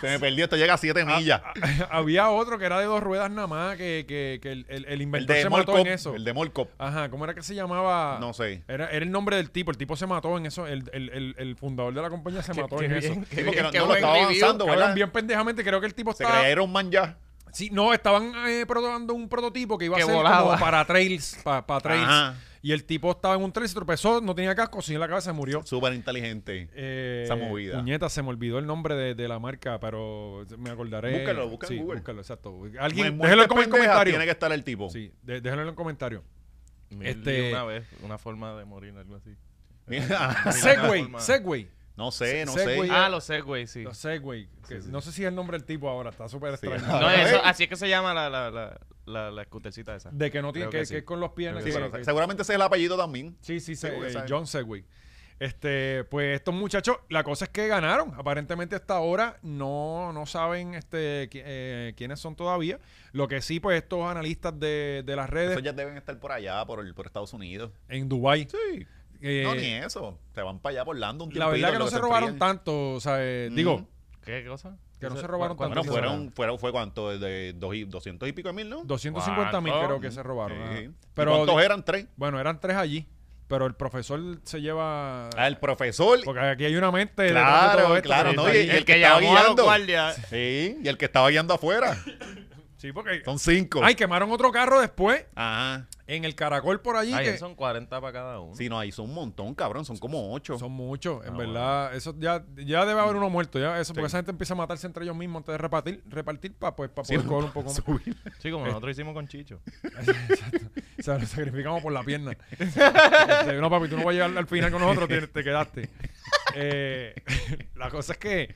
S4: Se me perdió, esto llega a
S2: Ah,
S4: 7 millas.
S2: [LAUGHS] Había otro que era de dos ruedas nada más, que, que- que el, el- el
S4: el
S2: inventor
S4: de
S2: se mató
S4: Molcop.
S2: en eso.
S4: El de Molcop.
S2: Ajá, ¿cómo era que se llamaba?
S4: No sé.
S2: Era, era el nombre del tipo, el tipo se mató en eso, el, el- el- el fundador de la compañía se mató
S3: qué
S2: en
S3: bien,
S2: eso.
S3: qué
S4: Sí, porque
S3: bien,
S4: no,
S3: qué
S4: no lo
S3: buen
S4: estaba
S3: review.
S4: avanzando,
S2: Cabrón,
S4: ¿verdad?
S2: bien pendejamente, creo que el tipo
S4: Se
S2: estaba-
S4: creyeron man ya.
S2: Sí, no, estaban eh, probando un prototipo que iba a
S3: Que
S2: ser
S3: volaba.
S2: como para trails, para trails.
S4: Ajá.
S2: Y el tipo estaba en un trail, se tropezó, no tenía casco, sin la cabeza, se murió.
S4: Súper inteligente.
S2: Eh,
S4: Esa movida.
S2: Puñeta, se me olvidó el nombre de, de la marca, pero me acordaré.
S4: Búscalo, busca en
S2: Sí,
S4: Google.
S2: búscalo, exacto.
S4: En
S2: Alguien,
S4: muchas
S2: déjelo como en
S4: pendejas
S2: comentario.
S4: Tiene que estar el tipo. [LAUGHS]
S2: Sí, de- déjelo en los comentarios.
S3: Mil y
S2: Este-
S3: una vez, una forma de morir, algo así.
S4: Mira,
S2: Segway,
S3: forma.
S2: Segway.
S4: Ah, no sé, no
S2: Segway.
S4: sé.
S2: Ah,
S3: Ah, los segways, sí.
S2: Los Segway. que No sé si es el nombre del tipo ahora, está súper
S4: Sí.
S2: extraño.
S4: [LAUGHS]
S3: No, eso, así es que se llama la, la, la, la, la scootercita esa.
S2: De que no tiene,
S3: Creo
S2: que,
S3: que sí.
S2: que es con los pies.
S4: Sí,
S2: que-
S4: pero
S2: que-
S4: seguramente ese es el apellido también.
S2: Sí, sí,
S4: Segway,
S2: se- eh,
S4: ¿sabes?
S2: John Segway. Este, pues estos muchachos, la cosa es que ganaron. Aparentemente hasta ahora no, no saben este, qui- eh, quiénes son todavía. Lo que sí, pues estos analistas de, de las redes
S4: Esos ya deben estar por allá, por, el- por Estados Unidos.
S2: en Dubái.
S4: Sí.
S2: eh,
S4: no, ni eso. Se van para allá por Orlando un
S2: la
S4: tiempito,
S2: verdad que no
S4: luego
S2: se robaron
S4: enfrían.
S2: tanto. O sea,
S4: Mm.
S2: eh, digo,
S3: ¿Qué cosa?
S2: Que no
S3: Eso-
S2: se robaron
S3: ¿cuánto
S4: Bueno,
S2: tanto.
S3: se
S4: fueron, fueron, fue cuánto, de dos y- 200 y pico de mil, ¿no?
S2: 250 mil
S3: ¿Cuánto?
S2: creo que se robaron.
S4: Sí.
S2: ajá.
S4: ¿Y
S2: Pero,
S4: ¿Cuántos eran? Tres.
S2: bueno, eran tres allí. Pero el profesor se lleva...
S4: Ah, el profesor.
S2: Porque aquí hay una mente... detrás de
S4: Claro,
S2: todo esto.
S4: claro, ¿no? Y, y
S3: El, que
S4: estaba
S3: llamó a los
S4: guiando.
S3: guardias.
S4: Sí, y el que estaba guiando afuera.
S2: Sí, porque...
S4: Son cinco.
S2: Ay, quemaron otro carro después.
S4: Ajá.
S2: En el caracol por allí.
S3: Ay,
S2: que son...
S3: son 40 para cada uno.
S4: Sí, no, ahí son un montón, cabrón. Son como ocho.
S2: muchos, en
S3: Ah,
S2: verdad. Eso ya, ya debe haber uno muerto. Ya, eso, porque
S4: Sí.
S2: esa gente empieza a matarse entre ellos mismos antes de repartir, repartir para pues, pa
S4: [LAUGHS] Sí,
S2: poder coger un poco más. [LAUGHS]
S4: subir.
S3: Sí, como nosotros hicimos con Chicho.
S2: Exacto. o sea, nos sacrificamos por la
S3: [LAUGHS]
S2: pierna. Este, no, papi, tú no vas a llegar al final con nosotros, te, te quedaste. Eh, [LAUGHS] la cosa es que.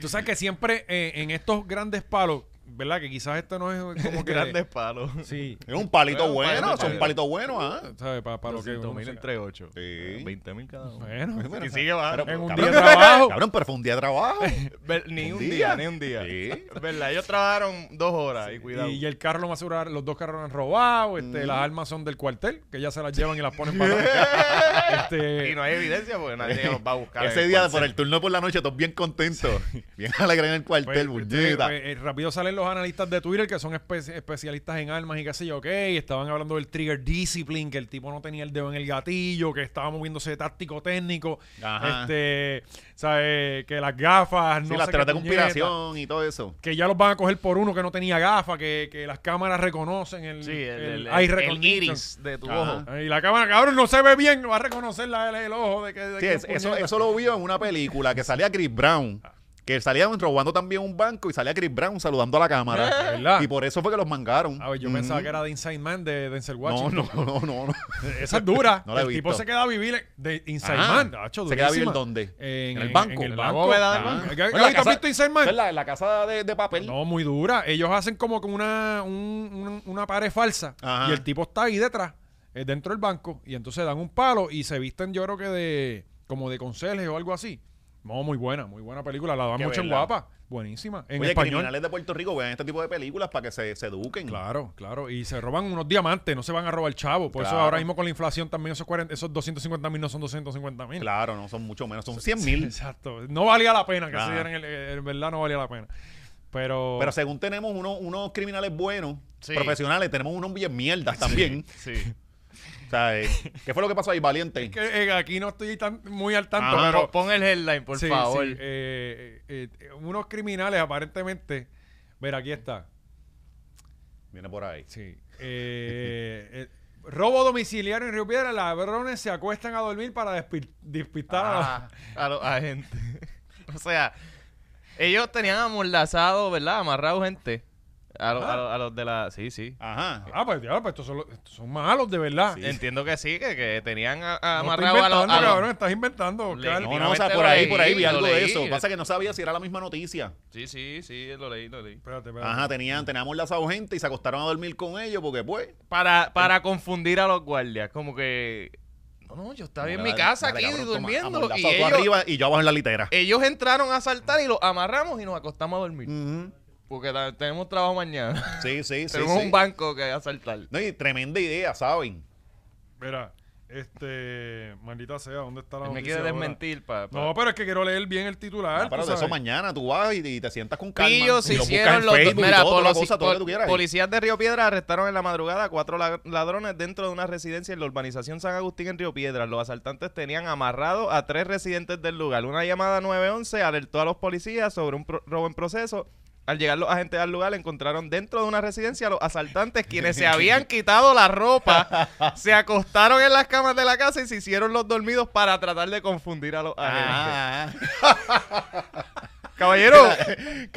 S2: Tú sabes que siempre eh, en estos grandes palos, ¿verdad? Que quizás esto no es como que.
S3: Grandes palos.
S2: [LAUGHS] Sí.
S4: Es un palito
S3: Bueno,
S4: bueno,
S3: palito,
S4: son
S3: palito.
S4: palitos buenos, ah.
S2: ¿Sabes? Para lo que.
S3: 200 mil
S2: uno-
S3: entre 8.
S4: Sí.
S3: 20 mil cada uno.
S2: Bueno,
S4: Bueno,
S3: Y sigue bajando.
S2: En un
S4: cabrón,
S2: día de trabajo.
S4: Cabrón, pero fue un día
S2: [LAUGHS]
S4: de trabajo.
S3: Ver- ni un
S4: Un día.
S3: día, ni un día.
S4: Sí.
S3: ¿Verdad? Ellos trabajaron dos horas y cuidado.
S2: Y, y el carro lo más seguro, los dos carros lo han robado, este,
S3: Mm.
S2: las armas son del cuartel, que ya se las llevan y las ponen
S3: [LAUGHS]
S2: para atrás. Este,
S3: Y no hay evidencia porque
S2: [LAUGHS]
S3: nadie los va a buscar. en
S4: Ese
S3: el
S4: día
S3: cuartel.
S4: por el turno por la noche, todos bien contentos. Bien alegre en el cuartel,
S2: pues,
S4: bulleta.
S2: pues, eh, rápido salen los analistas de Twitter que son espe- especialistas en armas y qué sé yo, ok, estaban hablando del trigger discipline, que el tipo no tenía el dedo en el gatillo, que estaba moviéndose táctico técnico,
S4: Ajá.
S2: este, ¿sabes? que las gafas,
S4: sí,
S2: no
S4: las
S2: sé qué
S4: teorías de
S2: puñeta,
S4: conspiración y todo eso.
S2: que ya los van a coger por uno que no tenía gafas, que, que las cámaras reconocen el,
S3: Sí, el, el,
S2: eye
S3: el
S2: recognition.
S3: iris de tu
S4: Ajá.
S3: ojo.
S2: Y la cámara, cabrón, no se ve bien, no va a reconocer la, el, el ojo de que. de
S4: Sí,
S2: que
S4: es- eso,
S2: puñeta. Ah.
S4: eso lo vio en una película que salía Chris Brown. Que salía robando también un banco y salía Chris Brown saludando a la cámara.
S2: ¿De verdad?
S4: Y por eso fue que los mangaron.
S2: A ver, yo
S4: Ujú.
S2: pensaba que era de Inside Man de Denzel
S4: No,
S2: Washington.
S4: no, no, no. no.
S2: Esa es dura.
S4: [LAUGHS] No la he
S2: el tipo
S4: visto.
S2: se queda a vivir en- de Inside
S4: Ah,
S2: Man. Hacho,
S4: ¿se queda a vivir
S2: durísima.
S4: dónde?
S2: En,
S4: ¿En el banco?
S2: En, el
S4: ¿En
S3: la
S2: banco.
S3: bóveda del
S2: Ah.
S3: banco?
S2: ¿Qué-
S4: Bueno,
S2: Gaby,
S4: la
S2: ¿tú has
S4: casa-
S2: visto Inside Man?
S4: Es la, la casa de, de papel.
S2: No, muy dura. Ellos hacen como que una, un- un- una pared falsa
S4: Ajá.
S2: y el tipo está ahí detrás, eh, dentro del banco, y entonces dan un palo y se visten, yo creo que de como de conserje o algo así. No, muy buena, muy buena película. La dan
S4: Qué
S2: mucho en
S4: verdad.
S2: guapa. Buenísima. En
S4: Oye,
S2: español.
S4: criminales de Puerto Rico vean este tipo de películas para que se, se eduquen.
S2: Claro, claro. Y se roban unos diamantes, no se van a robar chavo. Por eso
S4: Claro.
S2: ahora mismo con la inflación también esos, 40, esos 250 mil no son 250 mil.
S4: Claro, no son mucho menos, son 100 mil.
S2: Exacto. No valía la pena que
S3: Ah.
S4: Claro.
S2: se dieran, el- el- en verdad no valía la pena. Pero,
S4: Pero según tenemos unos, unos criminales buenos,
S3: Sí.
S4: profesionales, tenemos unos bien mierdas también.
S2: [LAUGHS]
S3: Sí.
S4: O sea, eh, ¿qué fue lo que pasó ahí, Valiente?
S2: que, eh, aquí no estoy tan, muy al tanto.
S3: Ajá,
S2: pero,
S3: pon- Ah, pon el headline, por
S2: Sí,
S3: favor.
S2: sí, eh, eh, eh, unos criminales aparentemente. Ver, aquí está.
S4: Viene por ahí.
S2: Sí. Eh, [LAUGHS] eh, robo domiciliario en Río Piedra. Ladrones se acuestan a dormir para despi- despistar a la-
S3: Ah, a los agentes. [LAUGHS] o sea, ellos tenían amordazado, ¿verdad? Amarrado gente. A, los- a los- a los de la... Sí, sí.
S4: Ajá.
S2: [LAUGHS] Ah, pues diablo, pues estos son, los- estos son malos de verdad. No
S3: Entiendo que sí, que, que tenían a- a-
S2: estoy
S3: amarrado a los...
S2: inventando,
S3: a los-
S2: cabrón, estás inventando, Oscar.
S3: Le-
S4: No, no, o sea, por
S3: Lo
S4: ahí, por ahí
S3: leí,
S4: vi algo
S3: lo
S4: de
S3: leí.
S4: eso. Pasa que no sabía si era la misma noticia.
S3: Sí, sí, sí, lo leí, lo leí.
S2: Espérate, espérate.
S4: Ajá, tenían, teníamos lazado gente y se acostaron a dormir con ellos porque, pues,
S3: Para, para confundir a los guardias, como que... No, no, yo estaba en
S4: dale,
S3: mi casa
S4: dale,
S3: aquí
S4: cabrón, toma,
S3: durmiendo
S4: amordazo,
S3: y
S4: tú
S3: ellos, Eh,
S4: arriba y yo abajo en la litera.
S3: ellos entraron a asaltar y los amarramos y nos acostamos a dormir.
S4: Ujú.
S3: Porque ta- tenemos trabajo mañana.
S4: Sí, sí,
S3: [LAUGHS]
S4: sí.
S3: tenemos
S4: sí.
S3: un banco que asaltar. Ah,
S4: No, y tremenda idea, ¿saben?
S2: Mira, Este, maldita sea, ¿dónde está la
S3: me
S2: noticia
S3: quiere
S2: ahora?
S3: desmentir, pa, pa-
S2: No, pero es que quiero leer bien el titular.
S4: pero
S2: tú
S4: de eso
S2: sabes.
S4: mañana tú vas y, y te sientas con calma.
S3: Pillos
S4: y
S3: se
S4: lo buscas
S3: hicieron
S4: en
S3: los
S4: Facebook y
S3: Mira,
S4: todo, toda la
S3: polici-
S4: cosa, todo lo que tú quieras. y-
S3: Policías de Río Piedra arrestaron en la madrugada a cuatro la- ladrones dentro de una residencia en la urbanización San Agustín en Río Piedra. Los asaltantes tenían amarrados a tres residentes del lugar. Una llamada 911 alertó a los policías sobre un pro- robo en proceso. Al llegar los agentes al lugar, encontraron dentro de una residencia a los asaltantes quienes
S4: [LAUGHS]
S3: se habían quitado la ropa, se acostaron en las camas de la casa y se hicieron los dormidos para tratar de confundir a los agentes.
S4: Ah,
S3: Caballero,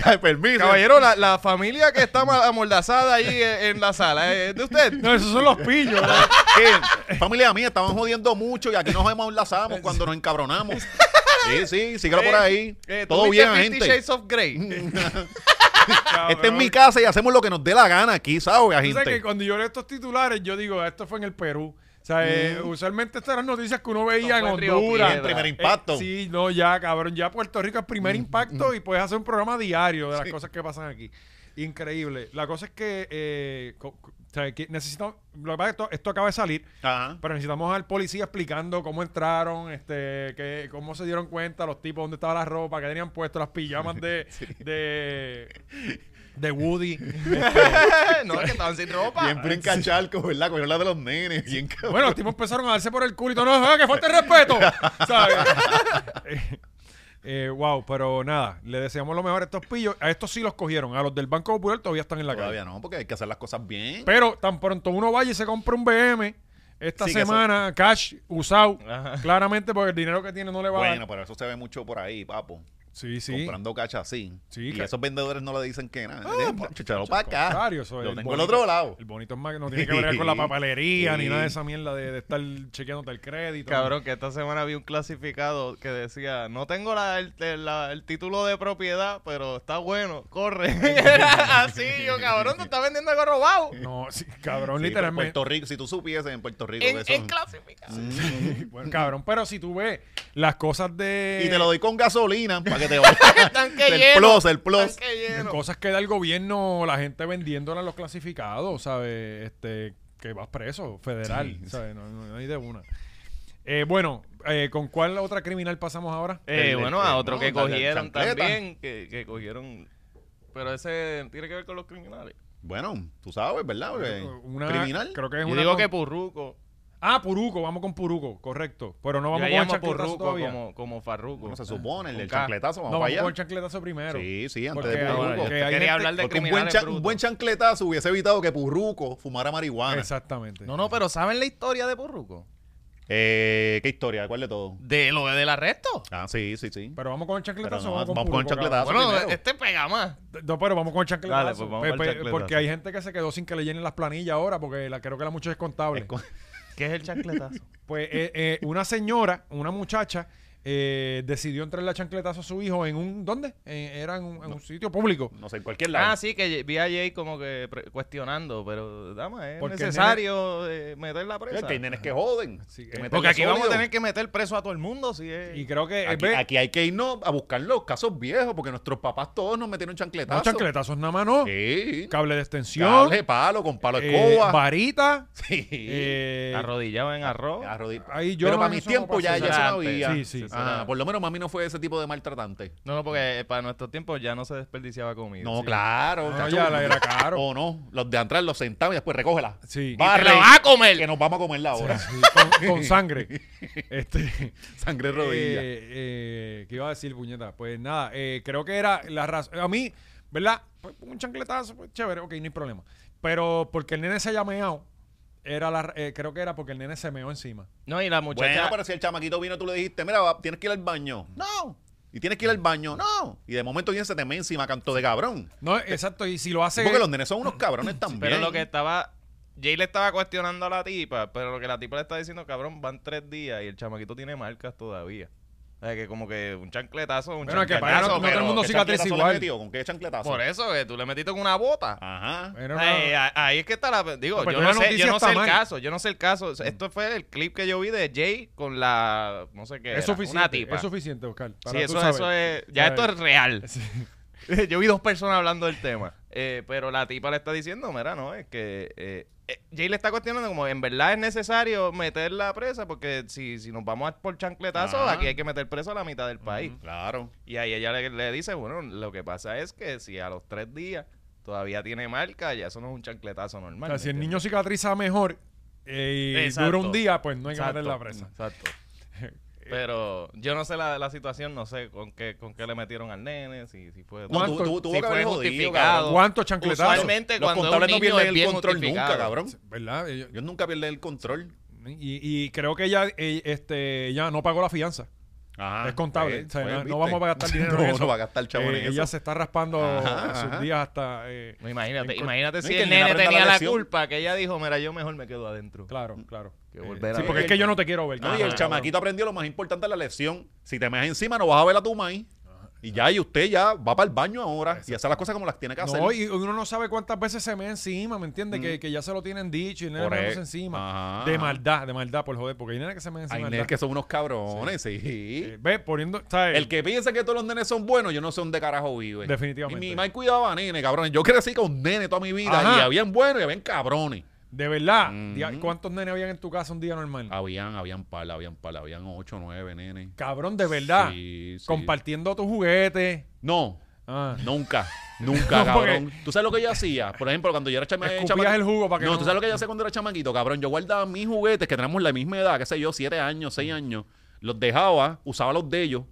S4: ah. [LAUGHS] permiso.
S3: Caballero, la, la familia que está ma- amordazada ahí en, en la sala, ¿eh? ¿es de usted?
S2: No, esos son los
S4: [LAUGHS]
S2: pillos. ¿verdad?
S4: ¿Qué? Eh, Familia mía, estaban jodiendo mucho y aquí nos enlazamos cuando nos encabronamos. Sí, sí, síguelo por ahí.
S3: Eh, ¿tú
S4: Todo
S3: viste
S4: bien,
S3: Fifty
S4: gente. Mm.
S3: Shades of Grey?
S4: Esta Este es mi casa y hacemos lo que nos dé la gana aquí, ¿sabes,
S2: Tú sabes que
S4: gente?
S2: cuando yo leo estos titulares, yo digo, esto fue en el Perú. O sea, eh,
S4: Mm.
S2: usualmente estas eran noticias que uno veía en
S3: fue en Río
S2: Honduras.
S3: Piedra.
S2: Eh,
S4: pues, Primer impacto. Mm,
S2: sí, no, ya, cabrón. Ya Puerto Rico es primer impacto y puedes hacer un programa diario de las cosas que pasan aquí. Increíble. La cosa es que, eh, co- co- o sea, que necesitamos. Lo que pasa es que esto, esto acaba de salir,
S4: Ajá.
S2: pero necesitamos al policía explicando cómo entraron, este, que, cómo se dieron cuenta los tipos, dónde estaba la ropa, que tenían puesto, las pijamas
S4: [LAUGHS]
S2: de. de de Woody.
S3: [LAUGHS] no, es que estaban sin ropa.
S4: Bien brinca charco, ¿verdad? Con la de los nenes. Bien cabrón.
S2: Bueno, los tipos empezaron a darse por el culito. No, no, que falta el
S4: [LAUGHS]
S2: respeto. ¿Sabes? [LAUGHS] Eh, eh, wow, pero nada, le deseamos lo mejor a estos pillos. A estos sí los cogieron. A los del Banco Popular todavía están en la calle.
S4: Todavía no, porque hay que hacer las cosas bien.
S2: Pero tan pronto uno vaya y se compra un BM esta
S4: Sí, que eso-
S2: semana, cash, usado,
S3: Ajá.
S2: claramente porque el dinero que tiene no le va a
S4: Bueno,
S2: dar.
S4: pero eso se ve mucho por ahí, papo.
S2: Sí, sí.
S4: Comprando cacha así.
S2: Sí, Ah,
S4: y
S2: ca-
S4: esos vendedores no le dicen que nada. Dicen,
S2: pa-
S4: Chúchalo para acá.
S2: contrario, eso
S4: Lo
S2: es el
S4: tengo al
S2: bonito-
S4: otro lado.
S2: El bonito es más que no tiene que ver
S4: [LAUGHS]
S2: con la papelería ni nada de esa mierda de, de estar chequeándote el crédito.
S3: Cabrón, que esta semana vi un clasificado que decía, no tengo la- el, el- la- el título de propiedad, pero está bueno, corre. [LAUGHS] Era así, yo, cabrón, te está vendiendo algo robado.
S2: No, sí, cabrón,
S4: Sí, pues,
S2: literalmente.
S4: Puerto Rico, si tú supieses en Puerto Rico
S3: En,
S4: que eso- Mm.
S3: en clasificado.
S2: [LAUGHS] Bueno, cabrón, pero si tú ves las cosas de.
S4: Y te lo doy con gasolina para que
S3: [LAUGHS]
S4: te vayas.
S3: Tanque
S4: el
S3: lleno,
S4: plus, el plus.
S3: tanque
S2: las
S3: lleno.
S2: cosas que da el gobierno, la gente vendiéndola a los clasificados, ¿sabes? Este, que vas preso, federal, ¿sabes? No, no- no hay de una. Eh, bueno, eh, ¿con cuál otra criminal pasamos ahora?
S3: Eh,
S4: El-
S3: bueno,
S4: el-
S3: a otro
S4: no,
S3: que
S4: la- la
S3: cogieron
S4: chancleta.
S3: también, que, que cogieron... Pero ese tiene que ver con los criminales.
S4: Bueno, tú sabes, ¿verdad? Porque
S2: Una-
S4: Eh, criminal.
S2: Creo que es
S3: Yo
S2: una.
S3: digo
S2: con-
S3: que Purruco.
S2: Ah, Puruco, vamos con Puruco, correcto. Pero no
S3: Yo
S2: vamos
S3: le
S2: con el
S3: llamo
S2: chancletazo
S3: Purruco
S2: todavía.
S3: como, como Farruco.
S4: Bueno, se supone, el,
S3: Con
S4: el
S3: K.
S4: chancletazo,
S2: No,
S4: vamos
S2: vamos
S4: para
S2: con el
S4: allá.
S2: chancletazo primero.
S4: Sí, sí, antes
S2: Porque
S4: de
S2: ahora
S4: Purruco.
S2: yo
S3: Porque
S2: quería
S3: hablar de
S4: Porque un buen,
S3: criminales
S4: chan-
S3: brutos.
S4: un buen chancletazo hubiese evitado que Purruco fumara marihuana.
S2: Exactamente.
S3: No, no, pero ¿saben la historia de Purruco?
S4: Eh, ¿Qué historia? ¿Cuál de todo?
S3: De lo del arresto.
S4: Ah, sí, sí, sí.
S2: Pero vamos con el
S4: Pero
S2: chancletazo.
S4: no,
S2: o
S4: vamos
S2: vamos con,
S4: con el
S2: Puruco, cabrón?
S4: chancletazo.
S3: Bueno,
S4: primero.
S3: este pega más.
S2: No, pero vamos con el chancletazo.
S3: Dale, pues vamos
S2: Pepe,
S3: con el chancletazo.
S2: Porque hay gente que se quedó sin que le llenen las planillas ahora, porque la, creo que la muchacha es contable.
S4: Es con-
S3: ¿Qué es el
S4: [LAUGHS]
S3: chancletazo?
S2: Pues eh, eh, una señora, una muchacha, eh, decidió entrarle a chancletazo a su hijo en un... ¿Dónde? Eh, era en un, en un sitio público.
S4: no sé, en cualquier lado.
S3: ah, sí, que vi a Jay como que pre- cuestionando, pero dama, es
S2: Porque el
S3: necesario eh, meter la
S4: Es
S3: presa.
S4: que hay nenes que joden.
S2: Sí, eh,
S4: Que meterle
S3: Porque aquí vamos a
S4: sólido.
S3: tener que meter preso a todo el mundo, si es...
S2: Y creo que... eh,
S4: Aquí,
S2: ve,
S4: aquí hay que irnos a buscar los casos viejos porque nuestros papás todos nos metieron chancletazo.
S2: no, chancletazos nada más no.
S4: Sí.
S2: Cable de extensión.
S4: Cable, palo, con palo de
S2: eh,
S4: escoba.
S2: varita.
S4: sí.
S2: eh,
S3: Arrodillado
S4: Ah,
S3: en arroz.
S4: Arrodi-
S2: ahí yo
S4: Pero
S2: no-
S4: para mis
S2: eso no
S4: tiempos ya,
S2: pasó.
S4: ya se no
S3: Antes.
S4: había.
S2: Sí, sí.
S4: Ah, por lo menos mami no fue ese tipo de maltratante.
S3: No, no, porque eh, para nuestros tiempos ya no se desperdiciaba comida.
S4: No,
S3: Sí.
S4: claro.
S2: No,
S4: chacho.
S2: ya la era caro.
S4: O no, los de atrás los sentamos y después recógela.
S2: Sí.
S4: Barre,
S3: ¡Te la vas ¡Ah, a comer!
S4: que nos vamos a comerla ahora.
S2: Sí, con, con sangre. Este...
S4: [LAUGHS] Sangre de rodilla.
S2: Eh, eh, ¿Qué iba a decir, puñeta? Pues nada, eh, creo que era la razón. A mí, ¿verdad? Pues, un chancletazo, pues, chévere, ok, no hay problema. Pero porque el nene se haya meado, era la, eh, creo que era porque el nene se meó encima.
S3: No, y la
S4: bueno,
S3: muchacha...
S4: Pues pero si el chamaquito vino, tú le dijiste, mira, va, tienes que ir al baño. No. Y tienes que ir al baño. No. Y de momento viene se te me encima, canto de cabrón.
S2: No, exacto, y si lo hace.
S4: Porque Eh, los nenes son unos cabrones también.
S3: Pero lo que estaba. Jay le estaba cuestionando a la tipa, pero lo que la tipa le está diciendo, cabrón, van tres días y el chamaquito tiene marcas todavía. O sea, que como que un chancletazo, un
S2: Bueno, que para no-
S3: chancletazo.
S2: no todo el
S3: pero
S2: mundo
S4: ¿qué
S2: cicatriz
S4: chancletazo le
S2: igual.
S4: metió? ¿Con qué chancletazo?
S3: Por eso, que tú le metiste con una bota.
S4: Ajá.
S2: Era una-
S3: Ay, a- ahí es que está la. Digo,
S2: Ah, No, pero
S3: yo
S2: la
S3: no sé,
S2: noticia
S3: yo no
S2: está
S3: sé el
S2: mal. Mm.
S3: caso, yo no sé el caso. O sea, Esto fue el clip que yo vi de Jay con la. No sé qué.
S2: es
S3: era,
S2: suficiente.
S3: Una tipa.
S2: Es suficiente, Oscar. para
S3: sí,
S2: tú
S3: eso,
S2: saber.
S3: eso es.
S2: Ya
S3: Ya esto
S2: ves.
S3: es real.
S2: Sí.
S3: [LAUGHS] Yo vi dos personas hablando del tema. Eh, pero la tipa le está diciendo, mira, no, es que... Eh, eh, Jay le está cuestionando como, en verdad es necesario meter la presa porque si, si nos vamos a por chancletazos,
S4: Ajá.
S3: aquí hay que meter preso a la mitad del país.
S4: Claro.
S3: Y ahí ella le, le dice, bueno, lo que pasa es que si a los tres días todavía tiene marca, ya eso no es un chancletazo
S2: O
S3: normal.
S2: sea,
S3: ¿me
S2: si el
S3: entiendes?
S2: niño cicatriza mejor eh, y
S3: Exacto.
S2: dura un día, pues no hay que
S3: Exacto,
S2: meter la presa. [LAUGHS]
S3: Exacto. Pero yo no sé la, la situación, no sé con qué, con qué le metieron al nene, si, si fue...
S4: No, tu-
S2: ¿Cuánto-
S4: tu- tuvo
S3: si
S4: que
S3: fue
S4: haber jodido,
S3: justificado.
S4: cabrón.
S2: ¿Cuántos chancletazos?
S3: Usualmente
S4: Los
S3: cuando un
S4: contables no
S3: niño
S4: pierden
S3: es
S4: el
S3: bien
S4: control nunca,
S3: justificado.
S4: cabrón.
S2: ¿Verdad? Eh, Ellos-
S4: Yo nunca pierden el control.
S2: Y, y creo que ella, eh, este, ella no pagó la fianza.
S4: Ajá.
S2: es contable.
S4: Pues,
S2: O sea,
S4: pues,
S2: no- no,
S4: ¿viste?
S2: vamos a gastar dinero
S4: [LAUGHS] No,
S2: en eso.
S4: no va a gastar chavo en
S2: Eh,
S4: eso.
S2: Ella se está raspando
S4: Ajá,
S2: sus
S4: ajá.
S2: días hasta... eh,
S3: No, imagínate,
S2: en-
S3: imagínate
S4: No, y
S3: si
S4: que
S3: el
S4: el nene
S3: nene
S4: aprenda
S3: tenía
S4: la
S3: la
S4: lección.
S3: culpa, que ella dijo, mira, yo mejor me quedo adentro.
S2: Claro, claro.
S3: Que
S2: Eh,
S3: volver a
S2: sí,
S3: ver.
S2: porque es que yo no te quiero ver.
S4: No, y
S2: Ajá.
S4: el chamaquito aprendió lo más importante de la lección. Si te meas encima, no vas a ver a tu maíz. Y ya, y usted ya va para el baño ahora y hace las cosas como las tiene que hacer.
S2: No, y uno no sabe cuántas veces se me encima, ¿me entiendes? Que, que ya se lo tienen dicho y nena
S4: Por
S2: meándose
S4: e-
S2: encima.
S4: Ajá.
S2: De maldad, de maldad, por joder, porque hay nena que se me encima.
S4: Hay
S2: de
S4: nenes
S2: maldad.
S4: que son unos cabrones, sí.
S2: Eh, ve, poniendo, ¿sabes?
S4: El que piensa que todos los nenes son buenos, yo no sé dónde carajo vive.
S2: Definitivamente.
S4: Y mi mamá cuidaba a nene, cabrones. Yo crecí con nene toda mi vida
S2: Ajá.
S4: y habían buenos y habían cabrones.
S2: De verdad,
S4: Ujú. Ah.
S2: di- ¿cuántos nenes habían en tu casa un día normal?
S4: Habían, habían par, habían par, habían ocho, nueve nenes.
S2: Cabrón, de verdad.
S4: Sí, sí.
S2: Compartiendo tus juguetes.
S4: No,
S2: Ah.
S4: nunca, nunca,
S2: [LAUGHS] No, porque-
S4: cabrón. ¿Tú sabes lo que yo hacía? Por ejemplo, cuando yo era chama-
S2: Escupías
S4: chamaquito.
S2: el jugo para que
S4: No,
S2: no-
S4: ¿tú sabes lo que yo hacía cuando era chamaquito, cabrón? Yo guardaba mis juguetes, que tenemos la misma edad, qué sé yo, siete años, seis años. Los dejaba, usaba los de ellos.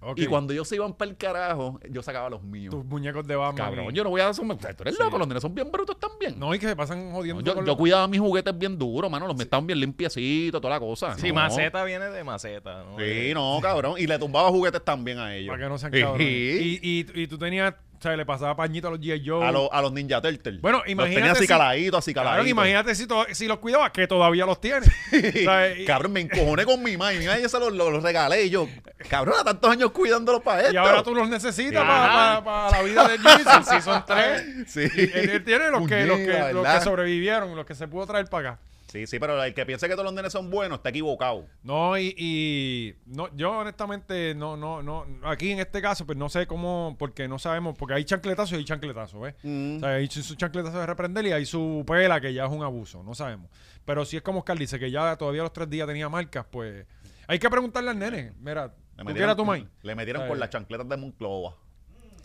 S2: ok.
S4: Y cuando ellos se iban para el carajo, yo sacaba los míos.
S2: Tus muñecos de Batman.
S4: Cabrón,
S2: y-
S4: yo no voy a asumir. Tú eres loco, los nenes son bien brutos también.
S2: No, y que se pasan jodiendo.
S4: No, yo,
S2: con
S4: yo
S2: los-
S4: cuidaba mis juguetes bien duros, mano. Los me estaban bien limpiecitos, toda la cosa.
S3: Si
S4: No.
S3: maceta viene de maceta. ¿no? Eh,
S4: Sí, no, cabrón. Y le tumbaba juguetes también a
S2: eh.
S4: ellos.
S2: Para que no sean
S4: Sí.
S2: cabrones. Y, y, y tú tenías, o sea, le pasaba pañito a los G.I. Joe.
S4: A, los- a los Ninja Turtles.
S2: Bueno,
S4: Los
S2: imagínate
S4: tenía
S2: si-
S4: acicaladitos,
S2: Cabrón,
S4: acicaladitos. [LAUGHS]
S2: imagínate si, to- si los cuidabas, que todavía los tienes. ¿Sabes? Y-
S4: Cabrón, me encojoné con mi mamá. Y mi mamá yo se los, los- los regalé. Y yo, cabrón, a tantos años cuidándolos para esto.
S2: Y ahora tú los necesitas
S4: Sí.
S2: para,
S4: Ajá.
S2: para- para la vida de Jason, si son tres.
S4: Sí.
S2: Y él, él tiene los que, los,
S4: Puñeta,
S2: que, los
S4: ¿verdad?
S2: que sobrevivieron, los que se pudo traer para acá.
S4: Sí, sí, pero el que piense que todos los nenes son buenos está equivocado.
S2: No, y, y- no, yo honestamente, no, no, no, aquí en este caso, pues no sé cómo, porque no sabemos, porque hay chancletazos y hay chancletazos, ¿ves?
S4: Mm.
S2: O sea, hay su, su chancletazo de reprender y hay su pela, que ya es un abuso, no sabemos. Pero si es como Oscar dice, que ya todavía a los tres días tenía marcas, pues hay que preguntarle al nene, mira,
S4: Le
S2: ¿tú qué era tu maíz?
S4: Le metieron
S2: Ay.
S4: con las chancletas de Monclova.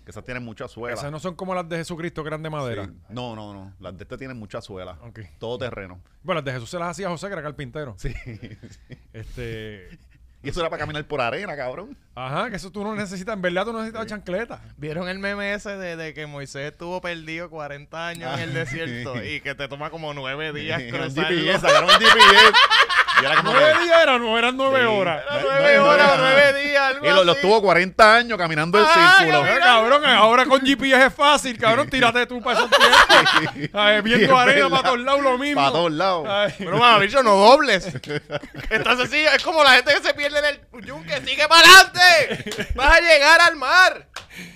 S4: Que esas tienen mucha suela.
S2: Esas no son como las de Jesucristo, que eran de madera.
S4: Sí. No, no, no. Las de este tienen mucha suela.
S2: Ok.
S4: Todo terrero.
S2: Bueno, las de Jesús se las hacía José, que era carpintero.
S4: Sí.
S2: [LAUGHS] Este,
S4: Y eso era para caminar por arena, cabrón.
S2: ajá, que eso tú no necesitas, en verdad tú no necesitas chancleta.
S3: ¿Vieron el meme ese de, de que Moisés estuvo perdido 40 años en el desierto y que te toma como 9
S4: [LAUGHS]
S3: días
S4: Era Ah, un
S3: cruzarlo?
S4: GPS, sacaron un GPS. Y era como que-
S2: Nueve días eran, no eran nueve
S4: Sí.
S2: horas.
S4: Era
S3: Nueve
S4: No, no,
S3: horas,
S4: no, no.
S3: nueve días, algo
S4: Y lo, lo
S3: así.
S4: tuvo 40 años caminando el
S3: Ah,
S4: círculo.
S2: Pero, cabrón, eh, ahora con GPS es fácil, cabrón, tírate tú para esos
S4: [LAUGHS]
S2: tiempos. Ay, viendo
S4: es
S2: arena
S4: verdad.
S2: para todos lados lo mismo.
S4: Para todos lados.
S2: Ay.
S3: Pero, mano, bicho, no
S4: [LAUGHS]
S3: dobles. Entonces, sí, es como la gente que se pierde en el yunque. ¡Sigue para adelante! ¡Vas a llegar al mar!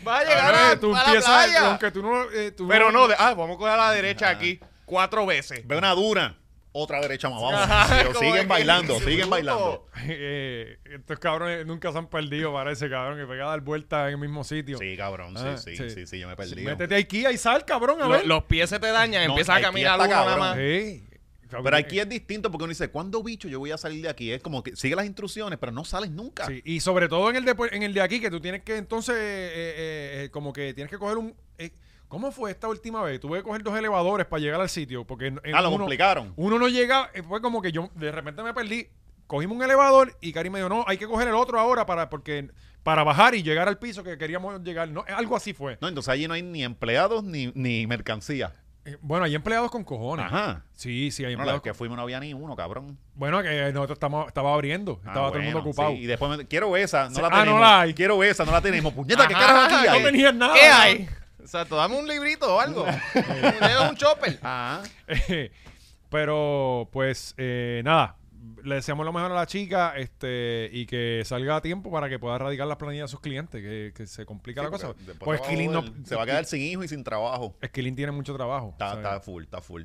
S3: ¡Vas a llegar
S2: Cabrón,
S3: a,
S2: tú
S3: a la
S2: empiezas,
S3: playa!
S2: aunque tú no... eh, tú
S3: Pero no, de- ah, vamos a coger a la derecha aquí cuatro veces.
S4: Ve una duna. Otra derecha más. Vamos.
S3: Ajá,
S4: Pero
S3: como es
S4: siguen
S3: que-
S4: bailando, siguen bailando.
S2: [LAUGHS] Eh, estos cabrones nunca se han perdido, parece, cabrón, que pega a dar vueltas en el mismo sitio.
S4: Sí, cabrón. Sí,
S2: Ah,
S4: sí,
S2: sí.
S4: sí, sí, Yo me perdí.
S2: Métete a Ikea y sal, cabrón, a
S3: Lo-
S2: ver.
S3: los pies se te dañan,
S4: No,
S3: empiezas a
S4: aquí
S3: caminar
S4: está
S3: uno nada
S4: cabrón. Eh.
S3: más.
S2: Sí. Cabrón,
S4: Pero aquí es distinto porque uno dice, ¿cuándo bicho yo voy a salir de aquí? Es como que sigue las instrucciones, pero no sales nunca.
S2: Sí, y sobre todo en el, de, Pu- en el de aquí, que tú tienes que entonces, eh, eh, eh, como que tienes que coger un... eh, ¿Cómo fue esta última vez? Tuve que coger dos elevadores para llegar al sitio, porque en- en
S4: ah, lo
S2: uno,
S4: complicaron.
S2: uno no llega, eh, fue como que yo de repente me perdí, cogimos un elevador y Cari me dijo, no, hay que coger el otro ahora para, porque, para bajar y llegar al piso que queríamos llegar. No, algo así fue.
S4: No, entonces allí no hay ni empleados ni, ni mercancía.
S2: Eh, Bueno, hay empleados con cojones.
S4: Ajá.
S2: Sí, sí, hay
S4: Bueno,
S2: empleados
S4: la vez que
S2: con-
S4: fuimos no había ni uno, cabrón.
S2: Bueno, que nosotros estamos, estaba abriendo,
S4: Ah,
S2: estaba todo el mundo
S4: bueno,
S2: ocupado.
S4: sí, y después me- quiero esa, no
S2: Sí,
S4: la
S2: ah, no
S4: tenemos.
S2: la hay.
S4: Quiero esa, no la tenemos. Puñeta, ¿qué
S3: Ajá,
S4: carajo aquí
S3: no
S4: hay?
S2: No tenías nada.
S3: ¿Qué hay? Exacto, dame un librito o algo. Le doy un chopper.
S4: Ah,
S2: [LAUGHS] Pero, pues, eh, nada. Le deseamos lo mejor a la chica este y que salga a tiempo para que pueda erradicar las planillas de sus clientes, que, que se complica la
S4: sí,
S2: cosa.
S4: porque
S2: Pues
S4: después se va a
S2: Esquilín, no,
S4: joder. se va a quedar sin hijo y sin trabajo.
S2: Esquilín tiene mucho trabajo.
S4: Está,
S2: ¿sabes?
S4: está full, está full.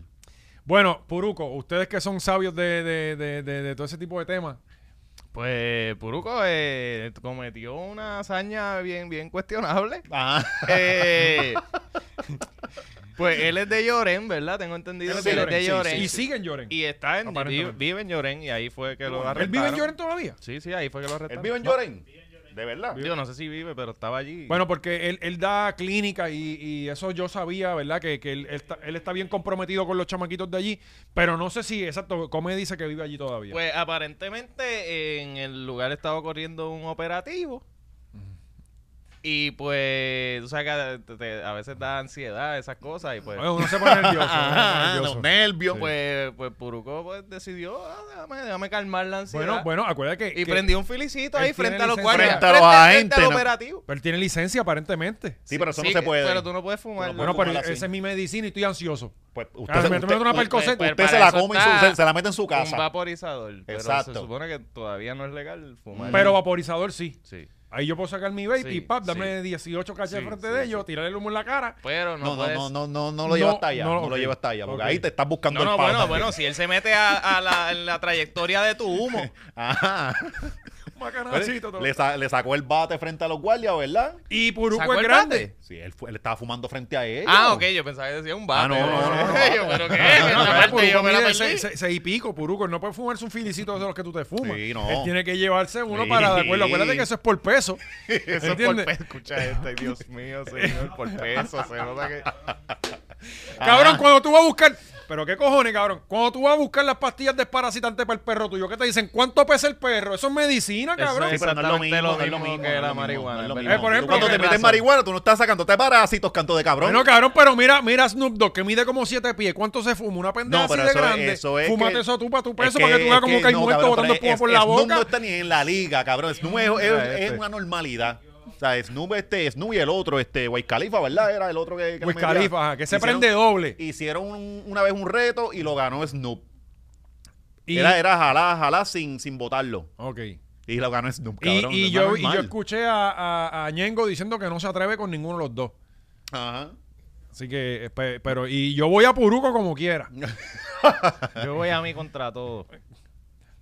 S2: Bueno, Puruco, ustedes que son sabios de, de, de- de- de todo ese tipo de temas,
S3: Pues Puruco eh, cometió una hazaña bien, bien cuestionable.
S4: Ah, [LAUGHS]
S3: Eh, pues él es de Lloren, ¿verdad? Tengo entendido
S4: Él es
S3: que
S4: de
S3: él es de
S4: Llorén, sí,
S3: Lloren.
S2: y siguen Lloren.
S3: Y está en, vi-
S2: Aparentemente.
S3: vive en Lloren y ahí fue que lo
S2: ¿Él
S3: arrestaron.
S2: vive en Lloren todavía?
S3: Sí, sí, ahí fue que lo
S4: ¿Él
S3: arrestaron.
S4: vive en Lloren? De verdad.
S3: Digo, no sé si vive, pero estaba allí.
S2: Bueno, porque él, él da clínica y, y eso yo sabía, ¿verdad? Que, que él, él está, él está bien comprometido con los chamaquitos de allí, pero no sé si, exacto, Come dice que vive allí todavía.
S3: Pues aparentemente en el lugar estaba corriendo un operativo.
S2: Mm.
S3: Y pues, tú sabes que a- te- te- a veces da ansiedad esas cosas y pues...
S2: Oye, uno se pone
S3: [LAUGHS]
S2: nervioso.
S4: Ah,
S2: uno se pone nervioso.
S4: los nervios. pues.
S3: Pues, pues Puruco pues, decidió, "Ah, déjame, déjame calmar la ansiedad.
S2: Bueno, bueno, acuérdate que,
S3: y
S2: que-
S3: prendió un filicito
S2: él
S3: ahí frente
S2: tiene
S3: a los
S2: licencia.
S3: guardias.
S4: Frente a los agentes,
S3: al
S4: ¿no?
S3: operativo.
S2: pero él tiene licencia aparentemente.
S4: sí, pero eso
S3: Sí, eh,
S4: no se puede.
S3: Pero tú no puedes fumar.
S4: no
S2: Bueno, pero
S4: puedes fumar así.
S2: esa es mi medicina y estoy ansioso.
S4: Pues usted,
S2: Ah,
S4: se-
S2: me
S4: usted-
S2: tomé una percocet.
S4: usted- usted
S3: Para
S4: se la
S3: eso
S4: come, en su-
S3: está
S4: se, se la mete en su
S3: un
S4: casa.
S3: vaporizador. Pero
S4: Exacto.
S3: se supone que todavía no es legal fumar.
S2: Pero vaporizador sí.
S3: Sí.
S2: Ahí yo puedo sacar mi vape
S3: Sí,
S2: y pap, dame
S3: sí.
S2: 18 cachas
S3: Sí,
S2: frente
S3: sí,
S2: de
S3: sí.
S2: ellos, tirarle el humo en la cara. [LAUGHS]
S3: Pero no,
S4: No, no,
S3: puedes-
S4: no, no, no, no lo lleva
S2: No,
S4: hasta allá.
S2: no,
S4: No,
S2: ok.
S4: lo lleva hasta allá. Porque
S2: Ok.
S4: ahí te estás buscando
S3: No, no,
S4: el palo.
S3: bueno, bueno, si él se mete a, a la, en la trayectoria de tu humo. [LAUGHS]
S2: [LAUGHS]
S4: Ajá. Pues
S2: Macanacito, todo.
S4: Le, sa- le sacó el bate frente a los guardias, ¿verdad?
S2: Y Puruco
S3: ¿Sacó
S2: es
S3: el
S2: grande.
S3: bate?
S4: Sí, él, fu- él estaba fumando frente a ellos.
S3: Ah, ok, yo pensaba que decía un bate.
S4: Ah, no, no, no, no.
S3: Yo, pero qué es,
S2: No,
S3: Esta
S2: no,
S3: parte
S2: Puruco
S3: yo me Eh, la
S2: mide
S3: perdí.
S2: seis, seis- seis y pico, Puruco. Él No puede fumarse un filicito de los que tú te fumas.
S4: Sí, no.
S2: Él
S4: [LAUGHS]
S2: tiene que llevarse uno
S4: Sí.
S2: para de acuerdo. Acuérdate que eso es por peso.
S3: Eso es por
S2: ¿Entiendes?
S3: peso. Escucha este, Dios mío, señor, por peso. Se nota que.
S2: Cabrón, cuando tú vas a buscar. Pero qué cojones, cabrón. Cuando tú vas a buscar las pastillas desparasitantes para el perro tuyo, ¿qué te dicen? ¿Cuánto pesa el perro? Eso es medicina, cabrón.
S4: Sí, pero no es lo mismo,
S3: Exactamente
S4: no es lo mismo,
S3: que
S4: no
S3: la
S4: es lo mismo,
S3: marihuana,
S4: no es lo
S3: es
S4: mismo.
S2: verdad. Eh, por
S4: Tú
S2: ejemplo,
S4: cuando te
S2: tienes
S4: metes
S3: razón.
S4: marihuana, tú no estás sacándote parásitos, canto de cabrón.
S2: Bueno, cabrón, pero mira, mira Snoop Dogg, que mide como 7 pies. ¿Cuánto se fuma? Una pendeja
S4: No, pero
S2: así de
S4: eso es-
S2: grande.
S4: eso es
S2: Fúmate
S4: que-
S2: eso tú para tu peso,
S4: Es
S2: para que tú veas
S4: es
S2: como que hay
S4: no,
S2: muerto
S4: cabrón,
S2: botando
S4: pero
S2: espuma
S4: es-
S2: por la
S4: Snoop
S2: boca.
S4: no está ni en la liga, cabrón. Snoop es, es-
S3: Ah,
S4: es
S3: este.
S4: una normalidad. O sea, Snoop, este, Snoop y el otro, este, Wiz Khalifa, ¿verdad? Era el otro que... que
S2: Wiz
S4: le metía.
S2: Khalifa, ajá, que se
S4: Hicieron-
S2: prende doble.
S4: Hicieron un- una vez un reto y lo ganó Snoop.
S2: Y-
S4: Era, era jalá, jalá sin, sin botarlo.
S2: Ok. Y-
S4: Y lo ganó Snoop,
S2: Y,
S4: cabrón. Eso
S2: yo,
S4: es
S2: y yo
S4: normal.
S2: escuché a, a, a Ñengo diciendo que no se atreve con ninguno de los dos.
S4: Ajá.
S2: Así que, eh, pe- pero, y yo voy a Puruco como
S4: [LAUGHS]
S2: quiera.
S3: [LAUGHS] Yo voy a mi contrato.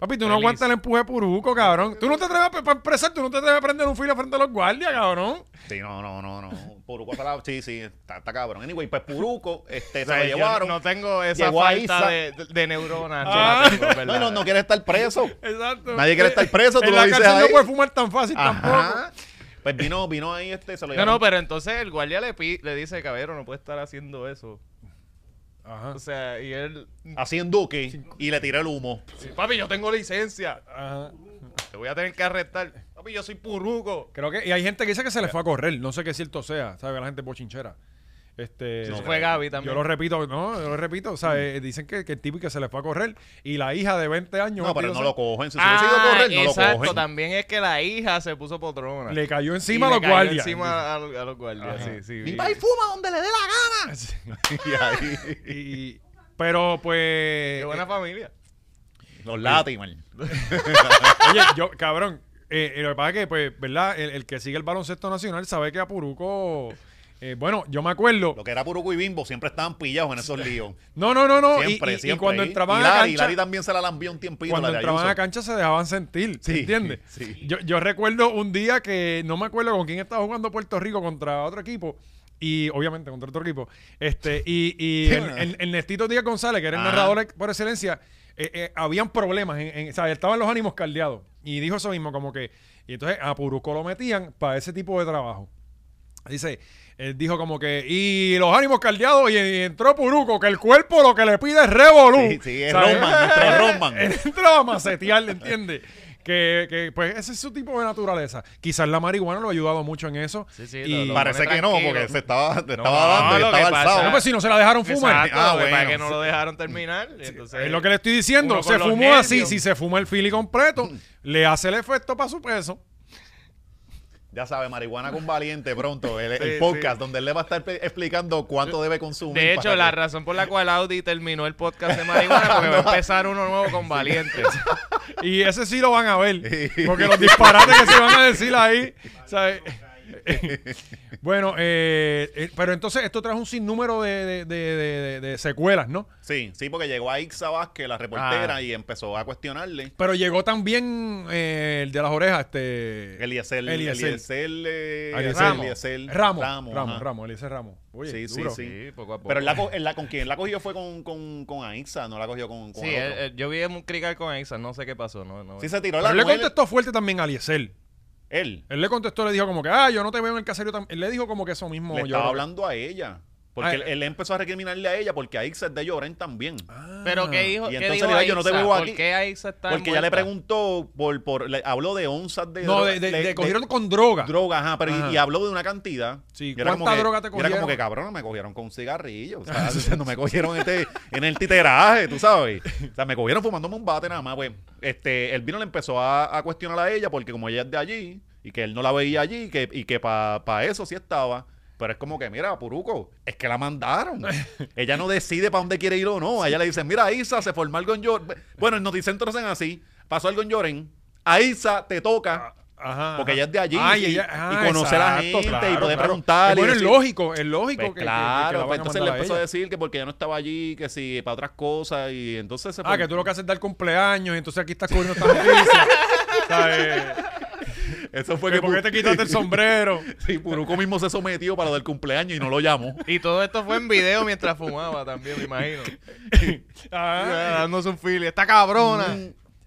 S2: Papi, tú no
S3: Feliz.
S2: aguantas el empuje de Puruco, cabrón. Tú no te atreves a, para empezar, tú no te atreves a prender un filo frente a los guardias, cabrón.
S4: Sí, no, no, no, no. Puruco se la- Sí, sí, está, está cabrón. Anyway, pues Puruco este, se lo llevaron.
S3: no tengo esa
S4: Llegó ahí,
S3: falta
S4: sa-
S3: de, de neuronas. yo
S2: Ah.
S3: la tengo, es
S4: No,
S3: ¿verdad?
S4: no, no quiere estar
S2: [LAUGHS]
S4: preso.
S2: Exacto.
S4: Nadie quiere estar preso, tú
S2: en
S4: lo
S2: la
S4: dices
S2: cárcel
S4: ahí.
S2: no puedes fumar tan fácil tampoco. pues,
S4: Ajá. Pues vino, vino ahí este, se
S3: No,
S4: lo llevaron.
S3: no, pero entonces el guardia le, pi- le dice, cabrero, no puede estar haciendo eso.
S2: Ajá.
S3: O sea, y él...
S4: Así en Duque y le tiré el humo.
S3: Papi, yo tengo licencia. Ah,
S2: Ajá.
S3: Te voy a tener que arrestar. Papi, yo soy puruco.
S2: Creo que, y hay gente que dice que se le fue a correr, no sé qué cierto sea, ¿sabes? La gente bochinchera. Este,
S3: Eso fue Gaby también.
S2: Yo lo repito, no, yo lo repito, o sea, eh, dicen que, que el tipo que se le fue a correr y la hija de 20 años
S4: No, pero
S2: un
S4: no
S2: tiro
S4: lo cogen. Si se hubiese ido a
S3: Ah,
S4: correr, no
S3: exacto.
S4: lo cogen.
S3: También es que la hija se puso potrona.
S2: se- le cayó
S3: Y
S2: encima a
S3: le
S2: los
S3: cayó
S2: guardias.
S3: Encima a, los- a los guardias,
S2: Ajá.
S3: sí, sí.
S4: Mi
S3: vi.
S4: país fuma donde le dé la
S2: [LAUGHS]
S4: gana. [LAUGHS] Y ahí,
S2: Y- pero pues
S3: Qué buena familia.
S4: los látimos.
S2: eh, Oye, yo, cabrón, eh, eh, lo que pasa es que, pues, ¿verdad? El, el que sigue el baloncesto nacional sabe que a Puruco. eh, bueno, yo me acuerdo.
S4: Lo que era Puruco y Bimbo siempre estaban pillados en esos líos.
S2: No, no, no, no. y-
S4: Siempre,
S2: y, y
S4: siempre.
S2: cuando entraban a
S4: Lari,
S2: cancha,
S4: Lari también se la lambió un tiempito.
S2: cuando
S4: la de
S2: entraban
S4: Ayuso.
S2: a cancha se dejaban sentir, ¿se
S4: Sí,
S2: entiende?
S4: [LAUGHS] sí.
S2: Yo, yo recuerdo un día que no me acuerdo con quién estaba jugando Puerto Rico contra otro equipo. Y obviamente contra otro equipo. Este, y y
S4: [LAUGHS] Sí,
S2: el,
S4: bueno.
S2: el- el Nestito Díaz González, que era el
S4: Ah.
S2: narrador ex- por excelencia, eh, eh, habían problemas. En, en- o sea, estaban los ánimos caldeados. Y dijo eso mismo, como que. Y entonces a Puruco lo metían para ese tipo de trabajo. Dice, él dijo como que, y los ánimos caldeados, y, y entró Puruco, que el cuerpo lo que le pide es revolú.
S4: Sí, sí, es
S2: ¿Sabes?
S4: Roman,
S2: [LAUGHS]
S3: [LAUGHS]
S4: nuestro Roman.
S2: Él entraba a macetear, ¿entiendes? Que, que, pues ese es su tipo de naturaleza. Quizás la marihuana lo ha ayudado mucho en eso.
S3: Sí, sí,
S2: Y-
S3: lo- lo-
S4: Parece que no,
S3: tranquilo.
S4: porque se estaba, se
S3: No,
S4: estaba dando y
S3: lo que
S4: estaba
S3: pasa-
S4: alzado.
S2: No, pues si no se la dejaron fumar.
S3: Exacto,
S4: Ah,
S3: lo que pasa es
S4: bueno.
S3: que no lo dejaron terminar. Entonces,
S2: es lo que le estoy diciendo.
S3: uno
S2: Se
S3: con los
S2: fumó
S3: nervios.
S2: así. Si se fuma el fili completo, le hace el efecto para su peso.
S4: Ya sabe, marihuana con valiente pronto, el, el
S3: Sí,
S4: podcast
S3: sí.
S4: donde él le va a estar pe- explicando cuánto debe consumir.
S3: De hecho,
S4: para
S3: la
S4: que-
S3: razón por la cual Audi terminó el podcast
S4: [LAUGHS]
S3: de marihuana porque va a empezar uno nuevo con Valientes.
S2: Y ese sí lo van a ver. Porque los disparates que se van a decir ahí. ¿sabes? bueno, eh, eh, pero entonces esto trajo un sinnúmero de, de- de- de- de- de secuelas, ¿no?
S4: Sí, sí, porque llegó a Ixa Vázquez, la reportera,
S3: Ah.
S4: y empezó a cuestionarle.
S2: Pero llegó también eh, el de las orejas, este...
S4: Eliezer,
S2: Eliezer.
S4: Eliezer, eh,
S2: Eliezer.
S4: Ramos.
S2: Ramos, Ramos,
S4: Ramos,
S2: Ramos,
S4: ajá.
S2: Eliezer Ramos. Oye,
S4: Sí, sí,
S2: duro.
S4: sí.
S3: poco a poco.
S4: Pero él la, co- él la- con quien la cogió fue con, con, con Aixa, no la cogió con, con
S3: Sí,
S4: el
S3: él-
S4: otro.
S3: él- eh, yo vi un crical con Aixa, no sé qué pasó. No, no,
S4: sí, se tiró
S2: Pero
S4: la
S2: él le
S4: con él-
S2: contestó fuerte también a Eliezer.
S4: Él.
S2: Él le contestó, le dijo como que, ah, yo no te veo en el caserío. tam-". Él le dijo como que eso mismo.
S4: le
S2: yo
S4: estaba
S2: creo.
S4: hablando a ella. Porque
S2: Ah,
S4: él, él empezó a recriminarle a ella porque Aixa es de Lloren también.
S2: Ah,
S3: Pero ¿qué dijo?
S4: Ah. Y
S3: qué
S4: entonces
S3: dijo
S4: le dijo, yo no te
S3: Aixa?
S4: veo
S3: ¿Por
S4: aquí.
S3: qué Aixa está
S4: porque ella le
S3: envuelta?
S4: preguntó por... por le habló de onzas de...
S2: No,
S4: droga-
S2: de, de-
S4: de-
S2: de-
S4: de
S2: cogieron con droga.
S4: droga, ajá, pero y-
S2: Ajá.
S4: Y, habló de una cantidad.
S2: Sí,
S4: Y era
S2: ¿cuánta
S4: como que-
S2: droga te
S4: y Era
S2: cogieron? Ah,
S4: como que, cabrón, me cogieron con un cigarrillo. O sea, no me cogieron este- en el titeraje, tú sabes. O sea, me cogieron fumándome un bate nada más, pues. Este, el vino le empezó a, a cuestionar a ella porque como ella es de allí y que él no la veía allí y que, y que para eso sí estaba. Pero es como que, mira, Puruco, es que la
S2: [LAUGHS]
S4: mandaron. Ella no decide para dónde quiere ir o no. A ella le dicen, mira, Isa, se formó algo en Lloren. Bueno, en Noticentro hacen así. Pasó algo en Lloren. A Isa te
S2: Ah.
S4: toca.
S2: Ajá, ajá.
S4: Porque ella es de allí
S2: Ay,
S4: y-
S2: ella-
S4: y
S2: ah,
S4: conoce a la
S2: exacto,
S4: gente y
S2: claro,
S4: puede
S2: claro.
S4: preguntarle
S2: Bueno,
S4: y
S2: es
S4: decir-
S2: lógico, es lógico
S4: Pues
S2: que- que, que
S4: claro,
S2: la
S4: pues
S2: van a
S4: entonces le
S2: mandar a
S4: empezó a,
S2: ella.
S4: decir que porque ya no estaba allí, que si para otras cosas, y entonces se
S2: Ah, que tú lo que haces es dar cumpleaños y entonces aquí estás cubriendo esta noticia. O sea, eh,
S4: [LAUGHS] Eso fue
S2: que
S4: que
S2: ¿Por qué te
S4: [LAUGHS]
S2: quitaste el sombrero?
S4: Sí, Puruco mismo se sometió para lo del cumpleaños y no lo llamó.
S3: Y todo esto fue en video mientras fumaba también, me imagino.
S4: [LAUGHS]
S2: Ah,
S3: Dándose un fili. ¡Está cabrona!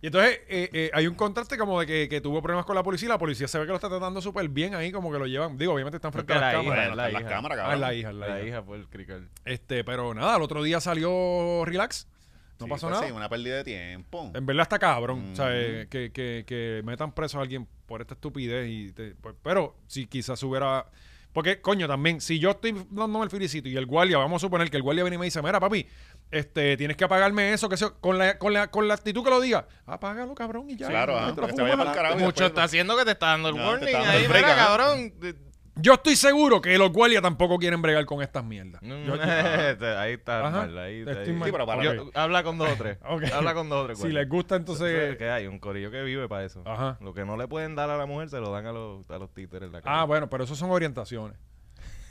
S2: Y entonces eh, eh, hay un contraste como de que, que tuvo problemas con la policía y la policía se ve que lo está tratando súper bien ahí, como que lo llevan. Digo, obviamente están frente a
S3: Porque
S2: las cámaras.
S3: la hija,
S4: Bueno,
S3: la
S4: está en las
S3: hija.
S4: cámaras,
S2: Ah,
S4: cabrón.
S2: la hija, la,
S3: La
S2: hija.
S3: hija fue el crical.
S2: Este, pero nada, el otro día salió relax. [LAUGHS] No
S4: Sí,
S2: pasó
S4: pues
S2: nada.
S4: Sí, una pérdida de tiempo.
S2: En verdad está cabrón.
S4: Mm.
S2: O sea, eh, que, que, que metan preso a alguien por esta estupidez. y te- pues, Pero si quizás hubiera... Porque, coño, también, si yo estoy dándome el filicito y el guardia, vamos a suponer que el guardia viene y me dice, mira, papi, este, tienes que apagarme eso, que eso, con la, con la, con la actitud que lo diga, apágalo, cabrón, y ya.
S4: Claro,
S2: Y
S4: ajá,
S2: entra,
S4: que se vaya
S2: fuma,
S4: pa'l carajo.
S3: Mucho
S4: después-
S3: está haciendo que te está dando el
S4: pues, No, te
S3: warning
S4: está dando
S3: ahí,
S4: el
S3: mira,
S4: break, ajá.
S3: cabrón. De-
S2: Yo estoy seguro que los guardias tampoco quieren bregar con estas mierdas.
S4: Mm,
S3: No,
S2: Yo-
S3: [LAUGHS] te- ahí está
S2: Ajá,
S3: mal, ahí está.
S2: estoy
S3: ahí.
S2: mal.
S4: Sí, pero para-
S3: Yo-
S2: Ok.
S3: Habla con dos o tres.
S2: Ok.
S3: Habla con dos o tres.
S2: Si
S3: guardia.
S2: les gusta, entonces...
S3: Entonces, ¿Qué hay? Un corillo que vive para eso.
S2: Ajá.
S3: Lo que no le pueden dar a la mujer se lo dan a los, a los títeres en la calle.
S2: Ah, bueno, pero eso son orientaciones.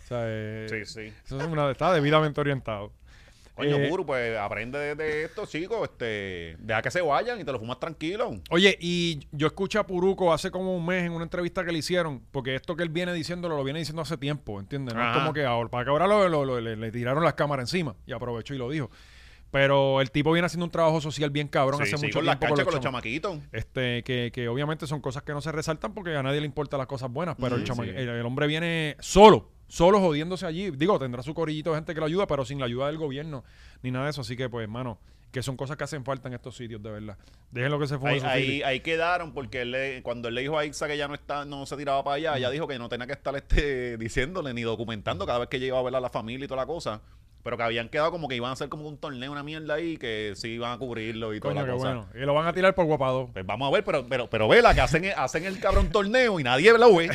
S2: O sea, eh,
S4: Sí, sí.
S2: Eso es una, está debidamente orientado.
S4: pues, Coño,
S2: Eh,
S4: Puru, pues aprende de, de esto, chicos. Este, deja que se vayan y te lo fumas tranquilo.
S2: Oye, y yo escuché a Puruco hace como un mes en una entrevista que le hicieron, porque esto que él viene diciéndolo lo viene diciendo hace tiempo, ¿entiendes? No es
S4: Ajá.
S2: como que ahora, para que ahora lo- lo- lo- le, le tiraron las cámaras encima y aprovechó y lo dijo. Pero el tipo viene haciendo un trabajo social bien cabrón
S4: Sí,
S2: hace
S4: sí,
S2: mucho
S4: con
S2: tiempo
S4: las canchas, con los
S2: chama-
S4: chamaquitos.
S2: Este, que, que obviamente son cosas que no se resaltan porque a nadie le importan las cosas buenas, pero el,
S3: Sí,
S2: chama-
S3: sí.
S2: el- el hombre viene solo, solo jodiéndose allí. Digo, tendrá su corillito de gente que lo ayuda, pero sin la ayuda del gobierno ni nada de eso. Así que, pues, hermano, que son cosas que hacen falta en estos sitios, de verdad. Déjenlo que se fume
S4: Ahí,
S2: su
S4: ahí-
S2: feeling.
S4: ahí quedaron porque él le- cuando él le dijo a Ixa que ya no está, no se tiraba para allá, ella dijo que no tenía que estar este, diciéndole ni documentando cada vez que ella iba a ver a la familia y toda la cosa. Pero que habían quedado como que iban a hacer como un torneo, una mierda ahí, que sí iban a cubrirlo y toda
S2: Coño,
S4: la
S2: qué
S4: cosa.
S2: bueno. Y lo van a tirar por guapado.
S4: Pues vamos a ver, pero, pero, pero vela, que hacen, [LAUGHS] hacen el cabrón torneo y nadie lo
S2: [LAUGHS]
S4: ve.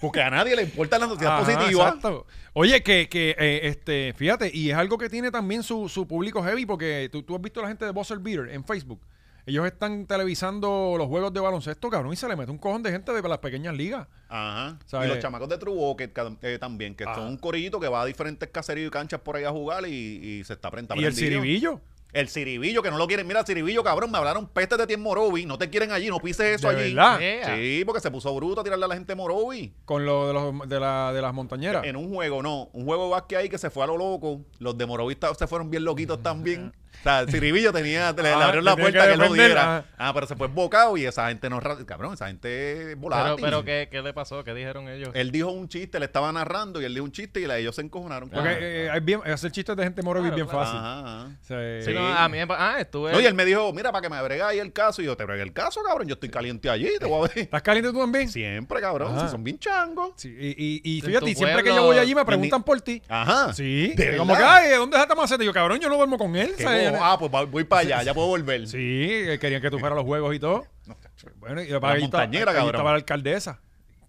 S4: Porque a nadie le importa la sociedad
S2: Ajá,
S4: positiva.
S2: exacto. Oye, que, que eh, este, fíjate, y es algo que tiene también su, su público heavy, porque tú, tú has visto a la gente de Buzzer Beater en Facebook. Ellos están televisando los juegos de baloncesto, cabrón, y se le mete un cojón de gente de las pequeñas ligas.
S4: Ajá.
S2: ¿Sabes?
S4: Y los chamacos de True Walker ca- eh, también, que son un corillito que va a diferentes caseríos y canchas por ahí a jugar y, y se está aprendiendo.
S2: y el ciribillo.
S4: El Ciribillo, que no lo quieren. Mira, Ciribillo, cabrón, me hablaron peste de ti en Morovi. No te quieren allí, no pises eso
S2: ¿De
S4: allí.
S2: verdad?
S3: Ea.
S4: Sí, porque se puso bruto a tirarle a la gente de Morovi.
S2: Con lo de, los, de, la, de las montañeras.
S4: En un juego, no. Un juego de básquet ahí que se fue a lo loco. Los de Morovi ta- se fueron bien loquitos también. O sea, el Ciribillo tenía, le, le
S2: Ah,
S4: abrieron la
S2: tenía que
S4: puerta que, él lo
S2: defender,
S4: diera.
S2: ajá.
S4: Ah, pero se fue embocado y esa gente no. es ra- Cabrón, esa gente es
S3: Pero,
S4: volátil.
S3: pero ¿qué, ¿qué le pasó? ¿Qué dijeron ellos?
S4: Él dijo un chiste, le estaba narrando y él dijo un chiste y la- ellos se encojonaron.
S2: Porque eh, es bien- hacer chistes de gente morovis
S3: Claro,
S2: es bien
S3: claro.
S2: fácil.
S4: Ajá, ajá.
S2: O sea,
S3: Sí,
S2: eh,
S3: no, a mí me pa- Ah, estuve...
S4: No, y él me dijo, mira, para que me bregáis el caso. Y yo, te bregué el caso, cabrón. Yo estoy caliente allí, te voy a ver.
S2: ¿Estás caliente tú también?
S4: Siempre, cabrón.
S2: Ajá.
S4: Si son bien changos.
S2: Sí, y, y, y
S3: En
S2: fíjate,
S3: tu
S2: y siempre que
S3: pueblo-
S2: yo voy allí me preguntan por ti.
S4: Ajá.
S2: Sí.
S4: Ah, ¿De
S2: Como que,
S4: verdad?
S2: ay, ¿dónde está Tamacete? Y Yo, cabrón, yo no duermo con él.
S4: Qué
S2: ¿sabes?
S4: bobo. Ah, pues va- voy para allá, ya puedo volver.
S2: Sí, eh, querían que tú fueras a los juegos y todo.
S4: No,
S2: Bueno, y para ahí, está-
S4: montañera,
S2: ahí
S4: cabrón.
S2: estaba la alcaldesa,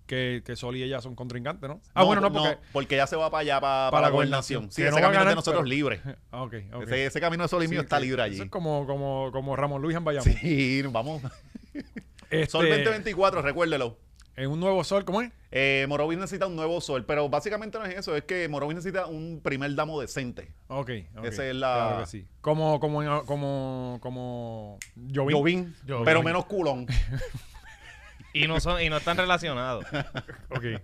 S2: que, que Sol y ella son contrincantes, ¿no? Ah,
S4: No,
S2: bueno, no, porque...
S4: ya se va para allá, para,
S2: Para
S4: la
S2: la gobernación.
S4: gobernación. Sí,
S2: Que no
S4: ese
S2: va a
S4: camino es
S2: ganar,
S4: de nosotros
S2: pero-
S4: libre.
S2: Ah, ok, [LAUGHS] ok.
S4: Ese, ese camino de Sol y mío
S2: Sí,
S4: está
S2: que-
S4: libre allí.
S2: Eso es como, como, como Ramón Luis en Bayamón.
S4: Sí, vamos.
S2: Este,
S4: Sol 2024, recuérdelo.
S2: En un nuevo sol, ¿cómo es?
S4: Eh, Morovis necesita un nuevo sol, pero básicamente no es eso, es que Morovis necesita un primer damo decente.
S2: Ok. ok.
S4: Esa es la-
S2: Claro que sí. Como, como, en- como, como. Jovín.
S4: Jovín,
S2: Jovín.
S4: pero
S2: [LAUGHS]
S4: menos culón.
S3: Y no, son, y no están [LAUGHS] relacionados.
S2: Ok.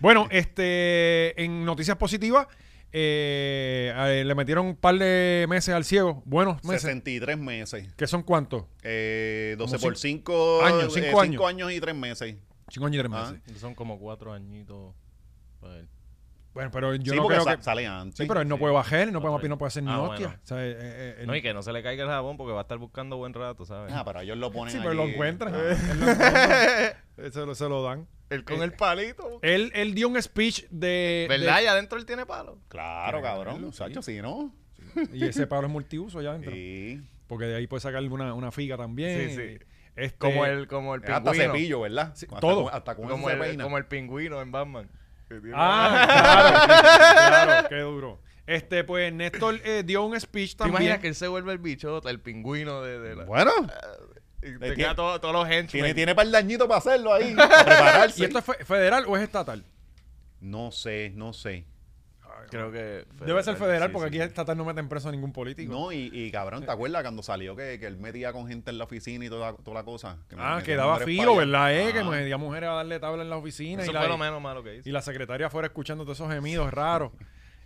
S2: Bueno, este, en noticias positivas, eh, eh, le metieron un par de meses al ciego, buenos meses.
S4: 63 meses.
S2: ¿Qué son cuántos?
S4: Eh, 12
S2: Como
S4: por 5
S2: años, cinco años.
S4: y 3 meses.
S2: Cinco años y tres
S4: Ah,
S2: meses.
S3: Son como cuatro añitos. para él.
S2: Bueno, pero yo
S4: sí,
S2: no
S4: porque
S2: creo
S4: sa-
S2: que...
S4: sale antes.
S2: Sí, pero él no
S3: sí.
S2: puede bajar, no
S3: Ah,
S2: puede,
S3: bueno.
S2: no puede hacer ni
S3: Ah,
S2: hostia.
S3: bueno.
S2: O sea, eh, eh, él-
S3: No, y que no se le caiga el jabón porque va a estar buscando buen rato, ¿sabes?
S4: Ah, pero ellos lo ponen
S2: Pues, sí, pero lo
S3: [LAUGHS]
S4: allí.
S2: encuentran.
S4: Ah.
S2: Él lo encuentra. se, lo, se lo dan.
S3: Él
S4: Eh,
S3: con el palito.
S2: Él, él dio un speech de...
S3: ¿Verdad? Y adentro él tiene palo.
S4: Claro, cabrón. Sacho, sí, ¿no?
S2: de- y ese palo es multiuso allá adentro.
S4: Sí.
S2: Porque de ahí puede sacarle una, una figa también.
S3: Sí, sí.
S2: Este,
S3: Como el, como el
S4: Es Eh, Hasta
S3: pingüino.
S4: cepillo, ¿verdad?
S2: Sí,
S4: Hasta
S2: todo.
S4: con- Hasta con
S3: Como
S4: eso se
S3: el,
S4: peina.
S3: como el pingüino en Batman. Que tiene-
S2: Ah, claro, claro, qué duro. Este, pues Néstor eh, dio un speech
S3: ¿Te
S2: también.
S3: imaginas que él se vuelve el bichota, el pues. pingüino de, de la...
S4: Bueno,
S3: y
S4: tiene-
S3: te queda todo- todos los henchmen.
S4: tiene, tiene par de añitos para hacerlo ahí, para prepararse.
S2: ¿Y esto es fe- federal o es estatal?
S4: No sé, no sé.
S3: Creo que...
S2: Debe ser federal
S3: sí,
S2: porque
S3: sí.
S2: aquí estatal no meten preso a ningún político.
S4: No, y, y cabrón, ¿te acuerdas cuando salió que, que él metía con gente en la oficina y toda, toda la cosa? Que me-
S2: ah,
S4: metía
S2: que daba
S4: hombres
S2: filo,
S4: para allá.
S2: ¿verdad? Eh, que
S4: Ah.
S2: me a mujeres a darle tabla en la oficina
S3: Eso
S2: y
S3: fue lo
S2: la,
S3: menos malo que hizo.
S2: y la secretaria afuera escuchando todos esos gemidos raros.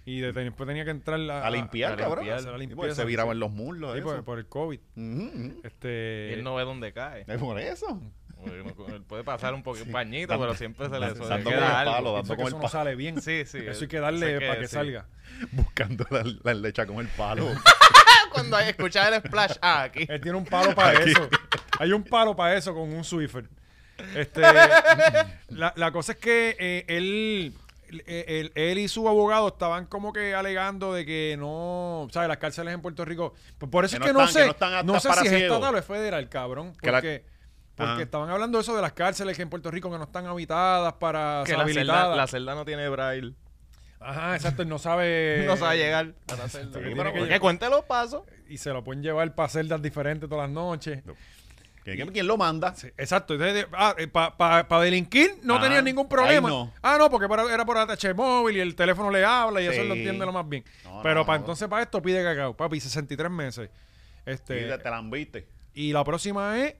S2: Y de- después tenía que entrar la-
S4: A limpiar,
S3: a
S4: cabrón.
S3: limpiar,
S4: Sí,
S2: a la
S4: porque
S2: limpieza,
S4: se viraban
S2: sí.
S4: los muslos.
S2: Sí, pues, por,
S4: eso.
S2: por el COVID.
S4: Ujú, ujú.
S3: Y
S2: Este,
S3: él no ve dónde cae.
S4: Es por eso.
S2: Mm.
S3: Él Puede pasar un poquito pañito,
S4: Dando-
S3: pero siempre se le, se
S4: dando
S3: le
S4: con el
S3: queda algo.
S4: palo,
S2: eso,
S4: dando
S2: es que
S4: con
S2: eso
S4: el
S2: no
S4: pa-
S2: sale
S4: [LAUGHS]
S2: bien.
S3: Sí, sí.
S2: Eso hay que darle
S3: Eso hay
S2: para que
S3: sí.
S2: salga.
S4: [LAUGHS] Buscando la, la lecha con el
S2: [LAUGHS]
S4: palo.
S3: [LAUGHS] Cuando hay escuchar el splash, ah, aquí.
S2: Él tiene un palo para
S4: Aquí.
S2: eso. Hay un palo para eso con un Swiffer. Este,
S4: [LAUGHS]
S2: la, la cosa es que eh, él, él, él- él y su abogado estaban como que alegando de que no, ¿sabes? Las cárceles en Puerto Rico. Por, por eso
S4: Que
S2: es que
S4: no
S2: no sé.
S4: están- que no están aptas
S2: No sé
S4: para
S2: si es
S4: ciegos.
S2: estatal o es federal, cabrón.
S4: Que la-
S2: Porque,
S4: Ajá.
S2: porque estaban hablando eso de las cárceles que en Puerto Rico que no están habitadas para
S3: Que
S2: ser
S3: la celda,
S2: habilitadas.
S3: la celda no tiene braille.
S2: Ajá, exacto. Él no sabe.
S3: [LAUGHS] No sabe llegar a la
S2: que
S3: celda. Sí,
S2: tiene
S3: pero
S2: que
S3: que,
S2: llegar.
S3: cuente los pasos.
S2: Y se lo pueden llevar para celdas diferentes todas las noches.
S4: ¿Que- que- ¿Quién lo manda?
S2: Sí, exacto. ah, para delinquir no
S4: Ah,
S2: tenía ningún problema.
S4: ahí no.
S2: Ah, no, porque para- era por ATH móvil y el teléfono le habla y eso
S4: Sí.
S2: él lo entiende lo más bien.
S4: No,
S2: Pero
S4: no,
S2: para
S4: no.
S2: entonces, para esto pide cacao, papi, 63 meses.
S4: Y
S2: Este,
S4: te la enviste.
S2: y la próxima es,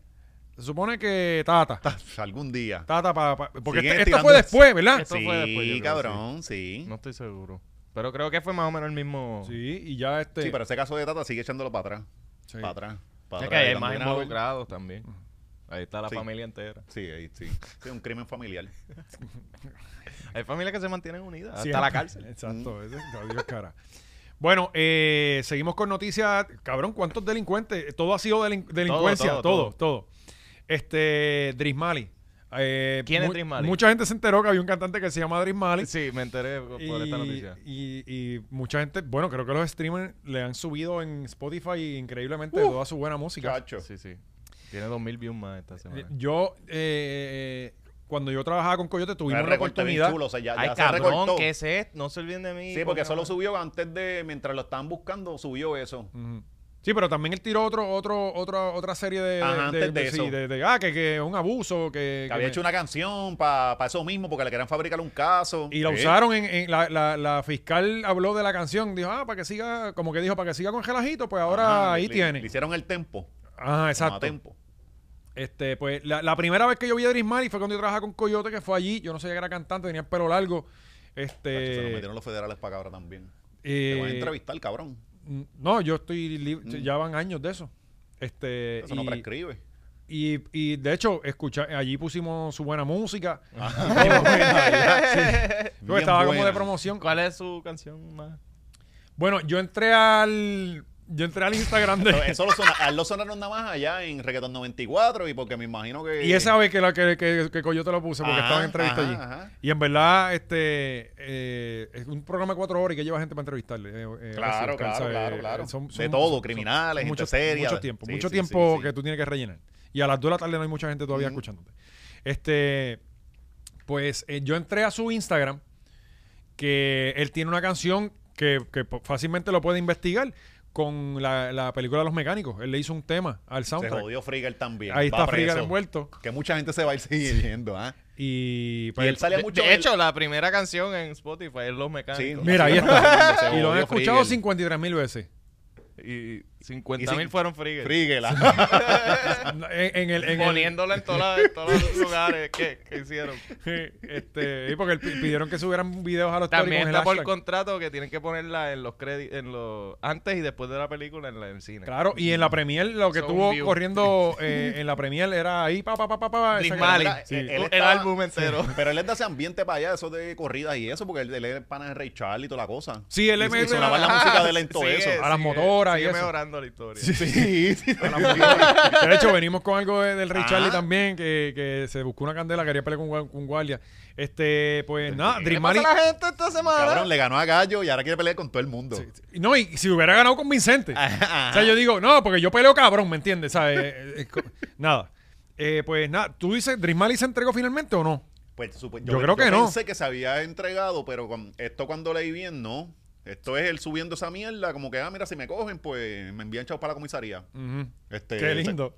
S2: se supone que Tata.
S4: Algún día.
S2: Tata, pa- pa- porque
S4: Siguen
S2: este- esto
S4: estirando
S2: fue
S4: el-
S2: después, ¿verdad?
S3: Esto
S4: sí,
S3: fue después, yo creo,
S4: cabrón, sí.
S3: No estoy seguro. Pero creo que fue más o menos el mismo.
S2: Sí, y ya este.
S4: Sí, pero ese caso de Tata sigue echándolo para atrás.
S2: sí.
S4: Para atrás. Para
S3: Es que
S4: atrás.
S3: hay
S4: Y
S3: más
S4: también a-
S3: involucrados también. Ahí está la
S4: Sí.
S3: familia entera.
S4: Sí, ahí sí. Sí, un crimen
S2: [LAUGHS]
S4: familiar.
S3: Hay familias que se mantienen unidas. Hasta
S2: Siempre.
S4: [LAUGHS]
S3: la cárcel.
S2: ah, [LAUGHS] Exacto, ese- adiós, cara. Bueno, eh, seguimos con noticias. Cabrón, ¿cuántos delincuentes? Todo ha sido delin- delincuencia, todo,
S3: todo,
S2: todo. Este, Drismali. Eh,
S3: ¿Quién es
S2: mu-
S3: Dris Mali?
S2: Mucha gente se enteró que había un cantante que se llama Drismali.
S3: Sí, me enteré por
S2: Y,
S3: esta noticia.
S2: y- y mucha gente, bueno, creo que los streamers le han subido en Spotify increíblemente
S4: Uh,
S2: toda su buena música.
S4: Chacho.
S3: Sí, sí. Tiene 2000 views más esta
S2: Eh,
S3: semana.
S2: Yo, eh, eh, cuando yo trabajaba con Coyote, tuvimos
S4: El
S2: la
S4: recorte bien
S2: oportunidad.
S4: chulo, o sea, ya,
S3: Ay,
S4: ya se
S3: cabrón,
S4: recortó.
S3: ¿qué es esto? No se olviden de mí.
S4: Sí, porque
S3: [LAUGHS]
S4: solo subió antes de, mientras lo estaban buscando, subió eso.
S2: Ujú. Sí, pero también él tiró otro, otro, otro, otra serie de,
S4: Ajá,
S2: de-
S4: antes de
S2: sí,
S4: eso.
S2: de- de, ah, que, que un abuso, que,
S4: Que
S2: que
S4: había
S2: me-
S4: hecho una canción para eso mismo, porque le querían fabricar un caso.
S2: y la
S4: Sí.
S2: usaron en, en la, la- la fiscal habló de la canción, dijo, ah, para que siga, como que dijo, para que siga con relajito, pues ahora
S4: Ajá,
S2: ahí
S4: le-
S2: tiene.
S4: Le hicieron el tempo.
S2: Ajá,
S4: Exacto.
S2: exacto.
S4: Tempo.
S2: Este, pues, la, la primera vez que yo vi a Drismali fue cuando yo trabajaba con Coyote, que fue allí. Yo no sabía que era cantante, tenía el pelo largo.
S4: Chacho, se lo
S2: Este.
S4: metieron los federales para cabra también.
S2: eh,
S4: Te van a entrevistar, cabrón.
S2: no, yo estoy libre, ya van años de eso. Este.
S4: Eso no
S2: y-
S4: prescribe.
S2: Y, y, de hecho, escucha, allí pusimos su buena música. [LAUGHS] Yo
S4: Ah. Bien
S2: estaba como
S4: buena.
S2: de promoción.
S3: ¿Cuál es su canción más?
S2: Bueno, yo entré al. Yo entré al Instagram
S4: Pero
S2: de.
S4: Eso lo, sona- a él lo sonaron nada más allá en Reggaeton 94 y porque me imagino que...
S2: y esa vez que, la, que, que, que Coyote lo puse, porque
S4: Ajá,
S2: estaba en entrevista
S4: ajá,
S2: allí.
S4: ajá.
S2: Y en verdad, este. eh, es un programa de cuatro horas y que lleva gente para entrevistarle. eh, eh,
S4: Claro,
S2: Oscar,
S4: claro,
S2: ¿sabes?
S4: claro, claro.
S2: Son-
S4: de
S2: son-
S4: todo,
S2: son-
S4: criminales,
S2: mucho,
S4: gente seria.
S2: mucho tiempo,
S4: Sí,
S2: mucho
S4: sí,
S2: tiempo
S4: sí, sí.
S2: que tú tienes que rellenar. Y a las 2 de la tarde no hay mucha gente todavía
S4: Ujú.
S2: escuchándote. Este, pues eh, yo entré a su Instagram, que él tiene una canción que, que po- fácilmente lo puede investigar. con la, la película de los mecánicos. Él le hizo un tema al
S4: Se
S2: soundtrack.
S4: jodió Frigger también.
S2: Ahí
S4: Va
S2: está Frigga
S4: preso.
S2: envuelto.
S4: Que mucha gente se va a ir siguiendo, ¿ah?
S2: Y, pues,
S4: Y él salía
S3: De,
S4: mucho.
S3: de
S4: en el-
S3: hecho, la primera canción en Spotify es Los Mecánicos.
S4: Sí.
S2: Mira, [LAUGHS] ahí
S4: Se
S2: está. y lo han
S4: jodió
S2: escuchado
S4: Frigel.
S2: 53 mil veces.
S3: Y
S4: Y
S3: 50 mil
S4: sin-
S3: fueron Frigger.
S4: Frigel, ah.
S2: [LAUGHS] En, en el, en el- [LAUGHS]
S3: Poniéndola en toda la- en todos los
S4: [LAUGHS]
S3: lugares que, que hicieron.
S2: este, y porque él pi- pidieron que subieran videos a los
S3: También
S2: stories
S3: está
S2: con el
S3: por
S2: hashtag.
S3: contrato que tienen que ponerla en los créditos, en los antes y después de la película en, la, en el cine.
S2: Claro, y en la premier lo que
S3: Son
S2: tuvo
S3: views.
S2: corriendo eh, en la premier era ahí pa pa pa pa pa
S3: Chris
S2: esa- eh,
S3: Marley.
S4: Mira,
S2: Sí.
S4: él- él
S3: El
S4: estaba-
S3: álbum entero.
S4: [LAUGHS] Pero él es de ese ambiente para allá, eso de corridas y eso, porque él, él es pana de Ray Charlie y toda la cosa.
S2: Sí, él le
S4: Y- y
S2: mete
S4: sonaba
S2: la-
S3: [LAUGHS]
S4: la música de lento
S3: Sigue-
S4: eso.
S2: a las
S3: sigue-
S2: motoras y
S3: sigue
S2: eso.
S3: mejorando la historia.
S4: Sí, [LAUGHS] sí.
S3: [LAUGHS]
S2: De hecho, venimos con algo de- del Ray
S4: Ah.
S2: Charlie también, que, que se buscó una candela, quería pelear con, gua- con guardia. Este, pues nada,
S3: ¿Qué
S4: ¿Qué
S2: Dream
S3: le
S2: Mali-
S3: pasa a la gente esta semana?
S4: Cabrón, le ganó a Gallo y ahora quiere pelear con todo el mundo. [LAUGHS] Ah,
S2: No, y si hubiera ganado con
S3: Ah,
S2: Vicente.
S4: Ajá.
S2: O sea, yo digo, no, porque yo peleo cabrón, ¿me entiendes?
S4: [LAUGHS]
S2: ¿Sabes? Eh, eh, co- nada. Eh, pues nada, ¿tú dices, Dream Mali se entregó finalmente o no?
S4: Pues, supo-
S2: Yo creo que no.
S4: pensé que se había entregado, pero con esto cuando leí bien, no. Esto es él subiendo esa mierda, como que, ah, mira, si me cogen, pues me envían chavos para la comisaría.
S2: Ujú.
S4: Este,
S2: Qué
S4: [LAUGHS]
S2: lindo.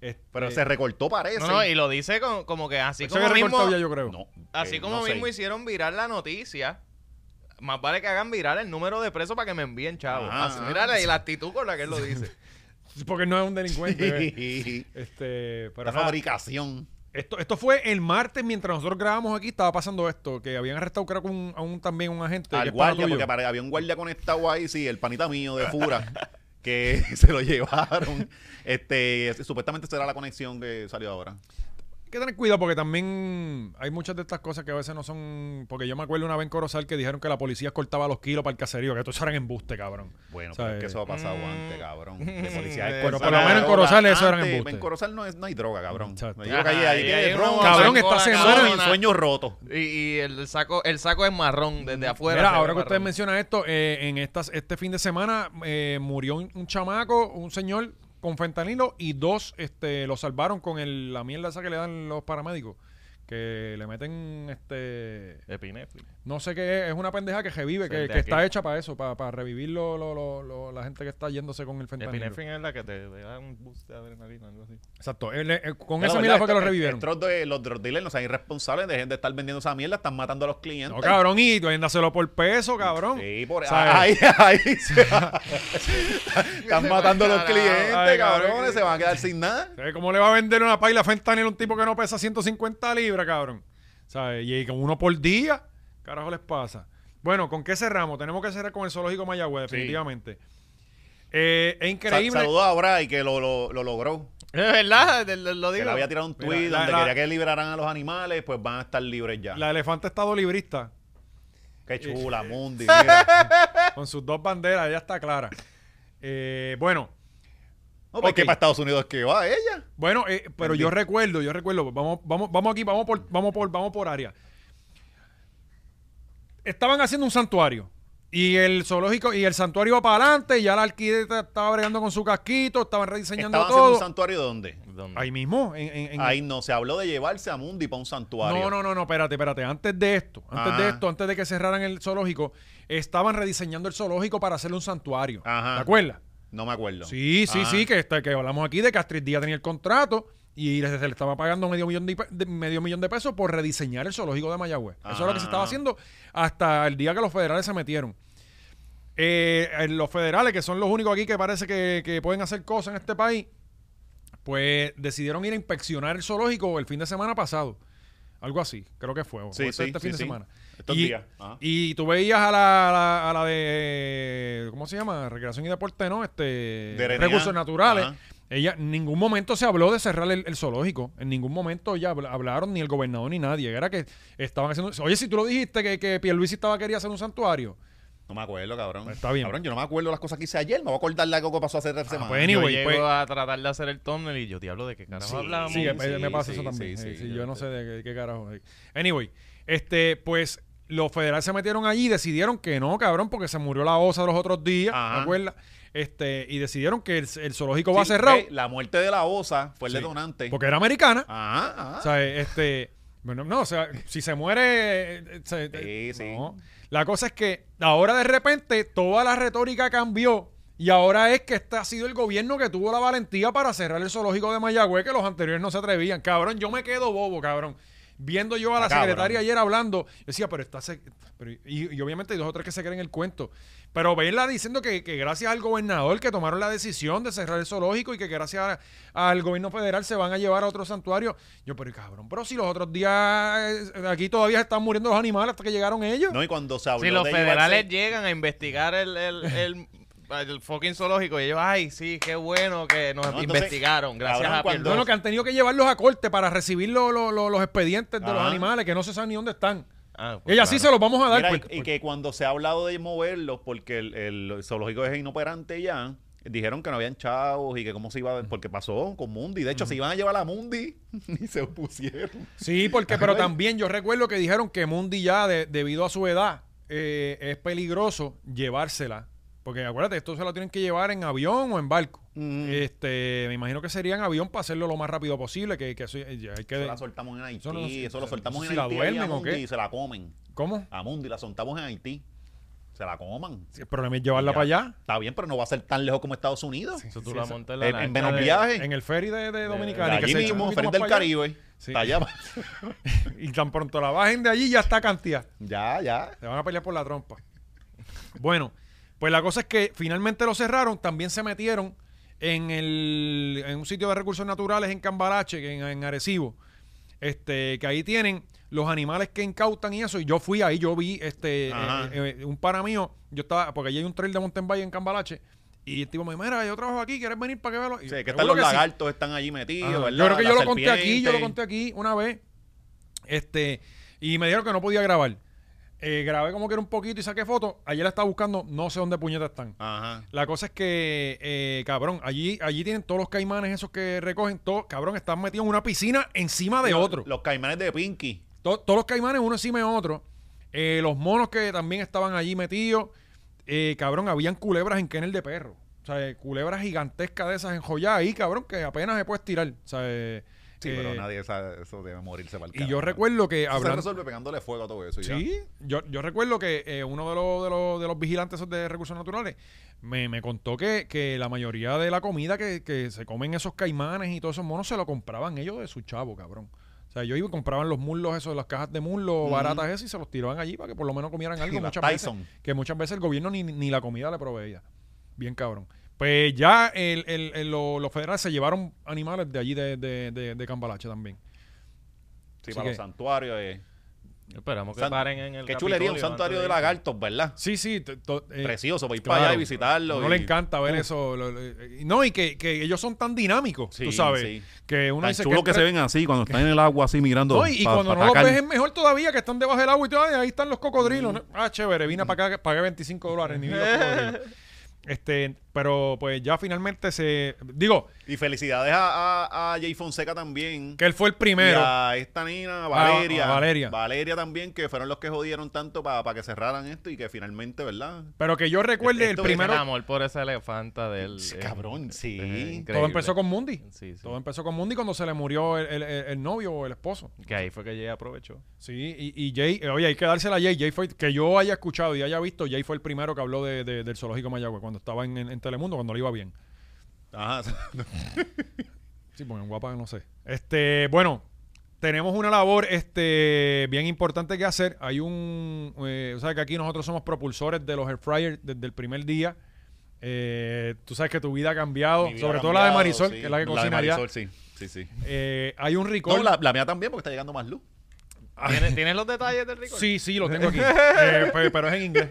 S2: Este,
S4: Pero se recortó, parece.
S3: No, no, y lo dice con- como que así
S2: se había
S3: como mismo,
S2: recortado ya, yo creo.
S4: No,
S3: así
S4: eh,
S3: como
S4: no sé.
S3: mismo hicieron viral la noticia. Más vale que hagan viral el número de presos para que me envíen, chavo.
S4: Ah.
S3: Así, mira la, y la actitud con la que él lo dice.
S2: Porque no es un
S4: [LAUGHS]
S2: delincuente. eh. Este, pero
S4: Esta
S2: nada.
S4: fabricación.
S2: Esto, esto fue el martes mientras nosotros grabamos aquí, estaba pasando esto, que habían arrestado creo que un- a un también un agente. que
S4: Al
S2: es pana
S4: guardia,
S2: tuyo.
S4: porque pare- había un guardia conectado ahí, sí, el panita mío de Fura,
S3: [LAUGHS]
S4: que [LAUGHS] se lo llevaron. Este, supuestamente será la conexión que salió ahora.
S2: Hay que tener cuidado porque también hay muchas de estas cosas que a veces no son. Porque yo me acuerdo una vez en Corozal que dijeron que la policía cortaba los kilos para el caserío, que estos eran embuste, cabrón.
S4: Bueno,
S2: O sea,
S4: pero es que eso ha pasado
S3: mm,
S4: antes, cabrón. De
S3: [LAUGHS]
S4: policía.
S3: mm,
S4: de
S3: pero
S4: esa
S3: por lo
S4: era
S3: menos en
S4: droga.
S2: Corozal eso eran
S4: Antes,
S2: embustes.
S4: En Corozal no, es, no hay droga, cabrón.
S2: Exacto.
S4: Yo creo que ahí, ahí
S3: Ajá,
S4: tiene
S3: ahí uno
S4: droga.
S2: Cabrón,
S3: sacó
S2: esta
S3: la
S2: semana-
S4: Sueño-
S3: cabrona
S4: Sueño roto.
S3: Y, y el saco, el saco es marrón desde afuera.
S2: Mira,
S3: se ve
S2: ahora que ustedes
S3: marrón.
S2: mencionan esto, eh, en estas, este fin de semana eh, murió un, un chamaco, un señor con fentanilo y dos este, lo salvaron con el, la mierda esa que le dan los paramédicos. Que le meten este.
S3: Epinefrina.
S2: No sé qué es, es una pendeja que revive,
S3: Sí,
S2: que,
S3: de
S2: que
S3: aquí.
S2: está hecha para eso, para, para revivir lo- lo- lo- lo- la gente que está yéndose con el fentanilo.
S3: Epinefrina es la que te da un boost de adrenalina, algo así.
S2: Exacto, él, eh, con
S4: Ya,
S2: esa mierda fue
S4: la verdad,
S2: que lo
S4: estos-
S2: revivieron.
S4: estos de- Los drug dealers no sean irresponsables, dejen de estar vendiendo esa mierda, están matando a los clientes.
S2: No, cabrón, y véndaselo por peso, cabrón.
S4: Sí, por
S2: ¿Sabes?
S4: ahí, ahí.
S2: [LAUGHS]
S4: se- Están matando a los
S3: Carajo.
S4: clientes,
S2: Ay, cabrón,
S4: cabrones,
S2: que-
S4: se van a quedar sin nada.
S2: ¿Sabes ¿Cómo le va a vender una paila fentanil a un tipo que no pesa 150 libras, cabrón? ¿Sabes? Y con uno por día, carajo les pasa. Bueno, ¿con qué cerramos? Tenemos que cerrar con el zoológico Mayagüez, definitivamente. Eh, es
S4: Sa-
S2: increíble.
S4: Saludó a Bray que lo, lo, lo logró.
S3: Es verdad, de- de- lo
S4: Que
S3: digo.
S4: le había tirado un
S2: Mira,
S4: tweet
S2: la-
S4: donde
S2: la-
S4: quería que liberaran a los animales, pues van a estar libres ya.
S2: La eh, elefanta estado librista,
S4: Qué chula, Mundi.
S2: [LAUGHS]
S4: mira.
S2: con sus dos banderas, ya está clara. Eh, bueno,
S4: No, pues,
S2: Ok.
S4: que para Estados Unidos es que va ella.
S2: Bueno, eh, pero yo recuerdo, yo recuerdo, vamos, vamos, vamos aquí, vamos por, vamos por, vamos por área. Estaban haciendo un santuario y el zoológico y el santuario iba para adelante, y ya la arquitecta estaba bregando con su casquito, estaban rediseñando
S4: Estaban haciendo un
S2: todo.
S4: santuario dónde?
S3: ¿Dónde?
S2: Ahí mismo, en, en- en-
S4: Ahí no, se habló de llevarse a Mundi para un santuario.
S2: no, no, no, no, espérate, espérate. Antes de esto, antes de
S4: Ah.
S2: esto, antes de que cerraran el zoológico, estaban rediseñando el zoológico para hacerle un santuario.
S4: Ajá.
S2: ¿Te acuerdas?
S4: No me acuerdo.
S2: Sí, sí,
S4: Ah.
S2: sí, que, está- que hablamos aquí de que Astrid Díaz tenía el contrato y le- se le estaba pagando medio millón de, pe- de- medio millón de pesos por rediseñar el zoológico de Mayagüez. Eso es lo que se estaba
S4: Ah.
S2: haciendo hasta el día que los federales se metieron. Eh, eh, los federales, que son los únicos aquí que parece que, que pueden hacer cosas en este país, pues decidieron ir a inspeccionar el zoológico el fin de semana pasado. Algo así, creo que fue. o
S4: Sí,
S2: este,
S4: sí,
S2: este
S4: sí,
S2: fin de
S4: sí.
S2: semana.
S4: Estos
S2: y,
S4: días, ajá.
S2: y tú veías a la, a la- a la de. eh, ¿Cómo se llama? Recreación y Deporte, ¿no? Este.
S4: De RNA.
S2: recursos naturales.
S4: Ajá.
S2: Ella, en ningún momento se habló de cerrar el, el zoológico. En ningún momento ya habl- hablaron ni el gobernador ni nadie. Era que estaban haciendo. Oye, si tú lo dijiste que, que Pierluisi estaba quería hacer un santuario.
S4: No me acuerdo, cabrón.
S2: Está bien.
S4: Cabrón, yo no me acuerdo las cosas que hice ayer. Me voy a acordar de algo que pasó hace tres semanas.
S2: pues, anyway,
S3: yo llego
S2: pues-
S3: a tratar de hacer el túnel y yo, diablo, ¿de qué carajo
S4: Sí,
S3: hablamos?
S2: Sí, eh,
S4: Sí,
S2: me, me pasa
S4: sí,
S2: eso también.
S4: sí,
S2: Sí,
S4: sí,
S2: sí,
S4: yo
S2: yo no
S4: te-
S2: sé de qué, qué carajo. es. Anyway, este, pues los federales se metieron allí y decidieron que no, cabrón, porque se murió la osa los otros días,
S4: Ajá.
S2: ¿te acuerdas? Este, y decidieron que el, el zoológico
S4: Sí,
S2: va cerrado
S4: ve, La muerte de la osa fue el
S2: Sí.
S4: detonante.
S2: porque era americana.
S4: Ajá, ajá.
S2: O sea, este, bueno, no, o sea, si se muere, eh, se- eh,
S4: Sí, sí.
S2: no. La cosa es que ahora de repente toda la retórica cambió Y ahora es que este ha sido el gobierno que tuvo la valentía para cerrar el zoológico de Mayagüez, que los anteriores no se atrevían. Cabrón, yo me quedo bobo, cabrón. Viendo yo a la
S4: Ah, cabrón.
S2: secretaria ayer hablando, yo decía, pero está. se- pero- y, y obviamente hay dos o tres que se creen el cuento. Pero verla diciendo que, que gracias al gobernador que tomaron la decisión de cerrar el zoológico y que gracias a- al gobierno federal se van a llevar a otro santuario. Yo, pero cabrón, pero si los otros días eh, aquí todavía están muriendo los animales hasta que llegaron ellos.
S4: No, y cuando se habló
S3: Si los
S4: de
S3: federales
S4: llevarse-
S3: llegan a investigar el, el, el, el fucking zoológico, y ellos, ay, sí, qué bueno que nos
S4: No, entonces,
S3: investigaron, gracias
S4: cabrón,
S3: a
S4: cuando-
S2: No,
S3: Pierluisi.
S2: no, que han tenido que llevarlos a corte para recibir lo- lo- lo- los expedientes de los
S4: Ajá.
S2: animales, que no se sabe ni dónde están.
S3: Ah,
S2: Y
S3: pues,
S2: ella sí se
S3: claro.
S2: los vamos a dar.
S4: Mira, y-
S2: pues,
S4: y, que cuando se ha hablado de moverlos, porque el, el zoológico es inoperante ya, dijeron que no habían chavos y que cómo se iba, a- porque pasó con Mundi. De hecho, se iban a llevar a Mundi [LAUGHS] y se opusieron.
S2: Sí, porque, pero también yo recuerdo que dijeron que Mundi ya, de- debido a su edad, eh, es peligroso llevársela. Porque acuérdate, esto se lo tienen que llevar en avión o en barco.
S4: Mm.
S2: Este, me imagino que sería en avión para hacerlo lo más rápido posible. Que, que eso- eh, ya hay que-
S4: Eso la soltamos en Haití,
S2: Eso
S4: eso,
S2: no-
S4: lo
S2: eso-
S4: soltamos
S2: si
S4: en
S2: la
S4: Haití ahí
S2: duermen
S4: a
S2: o
S4: Mundi
S2: qué.
S4: y se la comen.
S2: ¿Cómo?
S4: A Mundi la soltamos en Haití. Se la coman.
S2: El problema es llevarla
S4: Ya.
S2: para allá.
S4: Está bien, pero no va a ser tan lejos como Estados Unidos.
S3: Eso tú
S2: Sí,
S3: la
S2: sí.
S3: montas en la
S4: En, en
S3: lancha
S4: menos
S3: de-
S4: viajes.
S2: En el ferry de, de Dominicana. y que
S4: allí
S2: se eche un
S4: mismo,
S2: poquito
S4: frente
S2: más
S4: del
S2: para allá.
S4: Caribe.
S2: Sí.
S4: Está allá. [LAUGHS]
S2: Y tan pronto la bajen de allí, ya está cantidad.
S4: ya, ya.
S2: Se van a pelear por la trompa. Bueno, pues la cosa es que finalmente lo cerraron, también se metieron en, el, en un sitio de recursos naturales en Cambalache, que en, en Arecibo, este, que ahí tienen los animales que incautan y eso, y yo fui ahí, yo vi este eh,
S4: Ajá.
S2: eh, eh, un pana mío, yo estaba, porque allí hay un trail de mountain bike en Cambalache, y el tipo me dijo, mira, yo trabajo aquí, ¿quieres venir para que veas?
S4: Sí, que están los lagartos, están allí metidos,
S2: Ajá.
S4: ¿verdad?
S2: Yo creo que yo
S4: Las
S2: lo conté aquí, yo lo
S4: serpientes.
S2: conté aquí una vez. Este, y me dijeron que no podía grabar. Eh, grabé como que era un poquito y saqué fotos. Ayer la estaba buscando, no sé dónde puñetas están.
S4: Ajá.
S2: La cosa es que, eh, cabrón, allí, allí tienen todos los caimanes esos que recogen. Todo, cabrón, están metidos en una piscina encima de otro.
S4: Los caimanes de Pinky.
S2: To- todos los caimanes uno encima de otro. Eh, los monos que también estaban allí metidos. Eh, cabrón, habían culebras en kennel de perro. O sea, eh, culebras gigantescas de esas enjolladas ahí, cabrón, que apenas se puedes tirar. O sea, eh,
S4: Sí,
S2: eh,
S4: pero nadie sabe, eso debe morirse para el
S2: Y yo recuerdo que
S4: Hablando... Se
S2: hablando...
S4: resuelve pegándole fuego a todo eso. y ya.
S2: Sí, yo, yo recuerdo que eh, uno de los, de, los, de los vigilantes esos de recursos naturales me, me contó que, que la mayoría de la comida que, que se comen esos caimanes y todos esos monos se lo compraban ellos de su chavo, cabrón. O sea, yo iba y compraban los muslos esos, las cajas de muslo baratas esas y se los tiraban allí para que por lo menos comieran algo
S4: Y las
S2: muchas veces.
S4: Tyson.
S2: Que muchas veces el gobierno ni, ni la comida le proveía. Bien cabrón. Pues ya el, el- el- lo- los federales se llevaron animales de allí de, de, de- de Cambalache también.
S4: Sí,
S2: Así
S4: para
S2: que-
S4: los santuarios. eh.
S3: Esperamos que
S4: San-
S3: paren en el
S4: Qué chulería, un
S3: Capitolio
S4: santuario de
S3: antes ir.
S4: lagartos, ¿verdad?
S2: Sí, sí. to- to- eh,
S4: Precioso, para ir
S2: Claro.
S4: para allá y visitarlo.
S2: No
S4: y-
S2: le encanta ver eso. lo- lo- y no, y que, que ellos son tan dinámicos, tú
S4: Sí,
S2: sabes.
S4: sí.
S2: Que uno
S4: Tan
S2: dice
S4: chulo que,
S2: es
S4: se
S2: tres-
S4: ven así, cuando están en el agua así mirando.
S2: No, y, y
S4: pa-
S2: cuando
S4: pa
S2: no em- los
S4: atacar.
S2: ves es mejor todavía que están debajo del agua y todo, "Ay, ahí están los cocodrilos. ¿no? Ah, chévere, vine para acá, pagué 25 dólares. ni vi los
S4: [LAUGHS]
S2: cocodrilos. Este, pero pues ya finalmente se. Digo,
S4: Y felicidades a, a, a Jay Fonseca también.
S2: que él fue el primero. Ah,
S4: Y a esta nina, a Valeria.
S2: a Valeria.
S4: Valeria también, que fueron los que jodieron tanto para que cerraran esto y que finalmente, ¿verdad?
S2: Pero que yo recuerde el
S4: Esto que
S2: primero.
S3: Ese amor por esa elefanta del...
S4: Sí, cabrón, sí.
S2: Todo empezó con Mundi.
S3: Sí, sí.
S2: Todo empezó con Mundi cuando se le murió el- el- el- el novio o el esposo.
S3: Que ahí fue que ella aprovechó.
S2: Sí, y, y Jay, eh, oye, hay que dársela a Jay. Jay fue, que yo haya escuchado y haya visto, Jay fue el primero que habló de, de- del zoológico de Mayagüez cuando estaba en, en- en Telemundo, cuando le iba bien.
S4: Ajá.
S2: Oh,
S4: [LAUGHS]
S2: Sí, porque en Guapa no sé. Este, bueno, tenemos una labor este, bien importante que hacer. Hay un, eh, o sea, que aquí nosotros somos propulsores de los air fryers desde el primer día. Eh, tú sabes que tu vida ha cambiado,
S4: Mi vida
S2: sobre
S4: ha
S2: todo la de
S4: cambiado,
S2: Marisol,
S4: sí.
S2: que es la que
S4: de
S2: cocina allá.
S4: Marisol, sí. Sí, sí.
S2: Eh, hay un
S4: No,
S2: recall.
S4: la, la mía también, porque está llegando más luz.
S3: ¿Tienes, tienes los detalles del Rico?
S2: Ah. Sí, sí, lo tengo
S3: [LAUGHS]
S2: aquí. Eh, pe- pero es en inglés.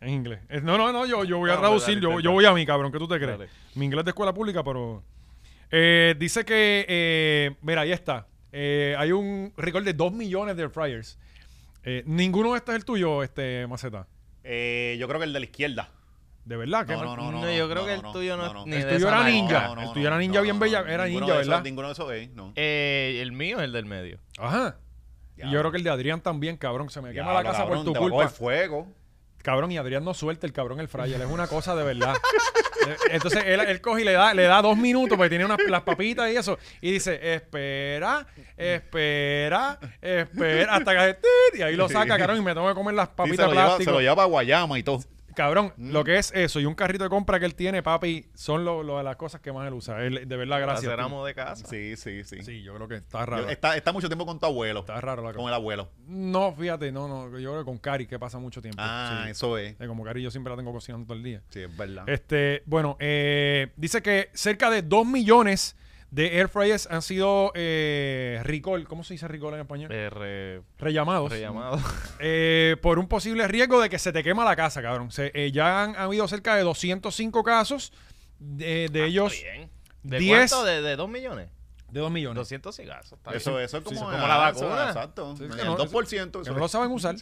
S2: En inglés. Eh, No, no, no, yo, yo voy a
S3: Vamos,
S2: traducir.
S3: Ah, dale,
S2: Yo,
S3: intenta.
S2: yo voy a mí, cabrón. ¿Qué tú te crees?
S3: Dale.
S2: Mi inglés de escuela pública, pero. Eh, dice que. eh, mira, ahí está. Eh, hay un récord de 2 millones de air fryers. Eh, ninguno de estos es el tuyo, este Maceta.
S4: Eh, yo creo que el de la izquierda.
S2: De verdad, que
S4: No,
S2: no-
S4: no, no, no.
S3: No, yo creo
S4: no,
S3: que el
S4: no,
S3: tuyo no es ni
S2: El
S3: de
S2: tuyo
S3: esa
S2: era
S3: manera.
S2: ninja. el tuyo era ninja bien bella, era
S4: ninguno
S2: ninja,
S4: de esos-
S2: ¿verdad?
S4: Ninguno de esos es, no.
S3: Eh, el mío es el del medio.
S2: Ajá. Y yo creo que el de Adrián también, cabrón. Se me quema la
S4: Diablo,
S2: casa por
S4: cabrón, te
S2: tu
S4: va a
S2: culpa.
S4: coger fuego.
S2: Cabrón, y Adrián no suelta el cabrón el fryer. Es una cosa de verdad. [LAUGHS] Eh, Entonces él, él coge y le da, le da dos minutos porque tiene unas, las papitas y eso. Y dice, espera, espera, espera. Hasta que hace tir, y ahí lo saca, cabrón, y me tengo que comer las
S4: Sí,
S2: papitas
S4: se, lo lleva, se
S2: plástico.
S4: lo lleva Mm. para Guayama y todo.
S2: Cabrón, lo que es eso y un carrito de compra que él tiene, papi, son lo, lo de las cosas que más él usa. Él- de verdad,
S3: Para
S2: gracias.
S3: ser
S2: tú.
S3: amo de casa.
S4: Sí, sí, sí.
S2: Sí, yo creo que está
S4: Yo-
S2: raro.
S4: está, está mucho tiempo con tu abuelo.
S2: Está raro la
S4: con
S2: cosa.
S4: el abuelo.
S2: No, fíjate, no, no. Yo creo que con Cari, que pasa mucho tiempo.
S4: Ah,
S2: Sí.
S4: eso es.
S2: Eh, Como Cari, yo siempre la tengo cocinando todo el día.
S4: Sí, es verdad.
S2: Este, bueno, eh, dice que cerca de 2 millones de air fryers han sido eh, recall, ¿cómo se dice recall en español?
S3: Eh, re-
S2: Rellamados. [LAUGHS]
S3: rellamado.
S2: Eh, por un posible riesgo de que se te quema la casa, cabrón. Se- eh, ya han habido cerca de 205 casos, de, de ellos
S3: Ah, Bien. ¿De
S2: 10
S3: cuánto? ¿De, ¿De 2 millones?
S2: de 2 millones.
S3: 200 cigazos. está
S4: eso,
S3: bien.
S4: eso es como,
S3: sí,
S4: ah,
S3: como la
S4: eso,
S3: vacuna.
S4: Exacto.
S2: Sí,
S4: El
S2: que no-
S4: 2%.
S2: Que
S4: Eso
S2: no
S3: [LAUGHS]
S2: lo
S4: es.
S2: saben usar.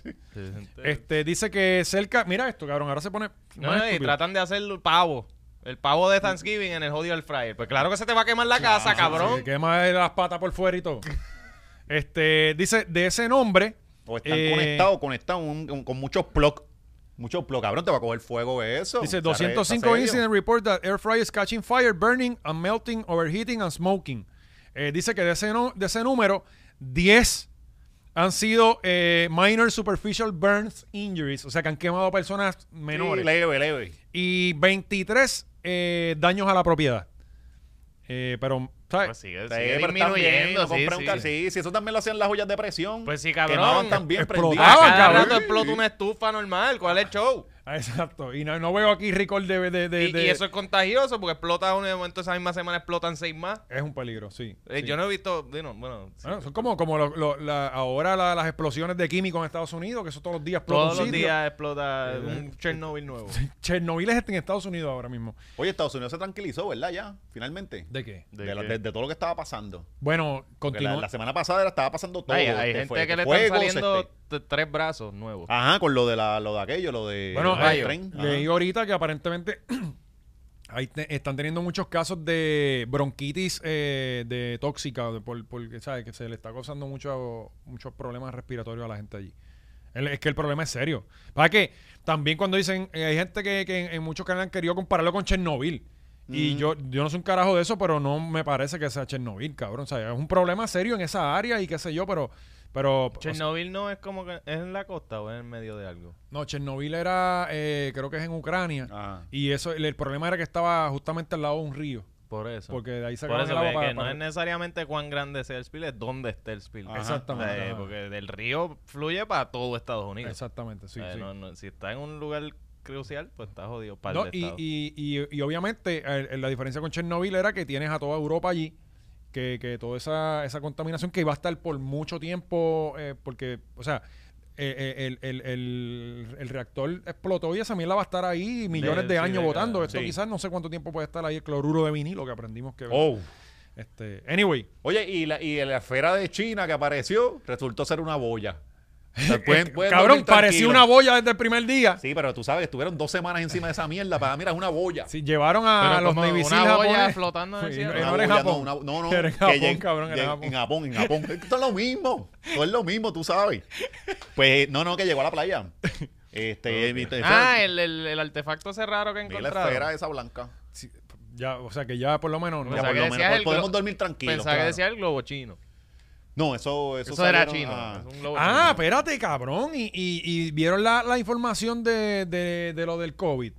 S2: Este, dice que cerca, mira esto, cabrón, ahora se pone
S3: No,
S2: más
S3: no, y
S2: estúpido.
S3: tratan de hacer el pavo. El pavo de Thanksgiving en el jodido al fryer. Pues claro que se te va a quemar la casa,
S2: Se
S3: cabrón.
S2: le quema las patas por fuera y
S3: [LAUGHS]
S2: todo. Este, dice, de ese nombre.
S4: O están
S2: eh,
S4: conectados, conectados un- un- con muchos plugs. Muchos plugs. Cabrón, te va a coger fuego eso.
S2: Dice
S4: Está re- está
S2: 205
S4: serio.
S2: incident report that air fryer is catching fire, burning and melting, overheating and smoking. Eh, dice que de ese, no- de ese número, 10 han sido eh, minor superficial burns injuries, o sea que han quemado a personas
S4: Sí,
S2: menores.
S4: leve, leve.
S2: y 23 eh, daños a la propiedad. Eh, pero, ¿sabes?
S3: Pues sigue, sigue
S4: Sí, pero están bien,
S3: disminuyendo.
S4: no
S3: sí,
S4: compran un car-
S3: sí.
S4: sí, sí, eso también lo hacían las ollas de presión.
S3: Pues sí, cabrón.
S4: Quemaban también
S2: Explotaban,
S4: prendidas.
S3: A
S2: Ah,
S3: cada
S2: cabrón.
S3: rato explota una estufa normal. ¿Cuál es el show?
S2: Ah, [LAUGHS] Exacto. Y no, no veo aquí récord de, de- de-
S3: Y,
S2: de-
S3: y eso es contagioso porque explota uno y de momento esa misma semana explotan seis más.
S2: Es un peligro, sí. sí.
S3: Eh, Yo no he visto. Bueno, bueno, sí.
S2: Bueno, son como, como lo- lo- la- ahora la- las explosiones de químicos en Estados Unidos, que eso todos los días explota
S3: todos
S2: un
S3: los
S2: sitio.
S3: días explota un Chernobyl nuevo.
S2: Chernobyl es este en Estados Unidos ahora mismo.
S4: Oye, Estados Unidos se tranquilizó, ¿verdad? Ya, finalmente.
S2: ¿De qué?
S4: De, la- de- de todo lo que estaba pasando.
S2: Bueno,
S4: Porque la,
S2: continúa.
S4: la semana pasada la estaba pasando todo.
S3: Ay, hay
S4: Este,
S3: gente
S4: fue-
S3: que le
S4: fuegos,
S3: están saliendo
S4: este-
S3: t- tres brazos nuevos.
S4: Ajá, con lo de la, lo de aquello, lo de
S2: Bueno,
S4: lo del
S2: hay-
S4: tren. Ajá.
S2: leí ahorita que aparentemente [CLEARS THROAT] ahí te- están teniendo muchos casos de bronquitis eh, de tóxica, de por- porque ¿sabes? que se le está causando mucho- muchos problemas respiratorios a la gente allí. El- Es que el problema es serio. Para que también cuando dicen, eh, hay gente que, que en, en muchos canales han querido compararlo con Chernobyl. Y yo, yo no soy un carajo de eso, pero no me parece que sea Chernobyl, cabrón. O sea, es un problema serio en esa área y qué sé yo, pero... pero o sea,
S3: Chernobyl no es como que es en la costa o es en medio de algo.
S2: no, Chernobyl era, eh, creo que es en Ucrania.
S3: Ah.
S4: Ajá.
S2: Y eso, el, el problema era que estaba justamente al lado de un río.
S3: Por eso.
S2: Porque de ahí
S3: Por
S2: sacaban
S3: eso
S2: el agua
S3: que,
S2: para-
S3: que no
S2: para-
S3: es necesariamente cuán grande sea el spill, es dónde esté el spill.
S4: Ajá.
S2: Exactamente.
S3: Eh,
S2: Ajá.
S3: porque del río fluye para todo Estados Unidos.
S2: Exactamente, sí,
S3: Eh,
S2: sí.
S3: no- no, si está en un lugar crucial, pues está jodido para
S2: No,
S3: el
S2: y,
S3: estado.
S2: y- y- y obviamente eh, la diferencia con Chernobyl era que tienes a toda Europa allí, que, que toda esa, esa contaminación que iba a estar por mucho tiempo, eh, porque, o sea, eh, eh, el, el- el- el reactor explotó y esa mierda va a estar ahí millones
S3: De- ah,
S2: de,
S3: sí,
S2: años
S3: décadas,
S2: botando. Esto
S4: sí.
S2: quizás no sé cuánto tiempo puede estar ahí el cloruro de vinilo que aprendimos que...
S4: Oh.
S2: Este, anyway,
S4: Oye, y la, y la esfera de China que apareció resultó ser una boya. O sea,
S2: [LAUGHS]
S4: pueden- pueden
S2: cabrón,
S4: dormir
S2: parecía
S4: tranquilos.
S2: una boya desde el primer día.
S4: Sí, pero tú sabes, estuvieron dos semanas encima de esa mierda. Para, mira, es una boya.
S2: Sí, llevaron a
S3: Pero
S2: los
S3: como
S2: Navy
S3: una
S2: Seals
S3: boya
S2: japoneses.
S3: flotando en el
S2: Sí,
S3: cielo. Ah,
S2: no,
S4: Una
S2: no era en
S4: boya,
S2: Japón.
S4: No, una- no, no.
S2: Era en
S4: que
S2: Japón,
S4: lleg-
S2: cabrón, era en
S4: lleg-
S2: Japón.
S4: en Japón. En Japón, Esto es lo mismo. Todo es lo mismo, tú sabes. Pues, no, no, que llegó a la playa. Este, mi-
S3: Ah, el, el, el artefacto ese raro que he
S4: mira la
S3: encontrado.
S4: esfera esa blanca.
S2: Sí, ya, o sea, que ya por lo menos... no-
S3: Pensaba
S4: Ya, por
S3: que
S4: lo
S3: decías
S4: menos,
S3: el
S4: podemos
S3: glo-
S4: dormir tranquilos.
S3: Pensaba que
S4: claro.
S3: decía el globo chino.
S4: No, eso, eso,
S3: Eso, era
S4: salieron-
S3: chino.
S4: ah.
S3: es un globo
S2: Ah,
S3: chino.
S2: espérate, cabrón. Y, y- y vieron la, la información de, de- de lo del COVID.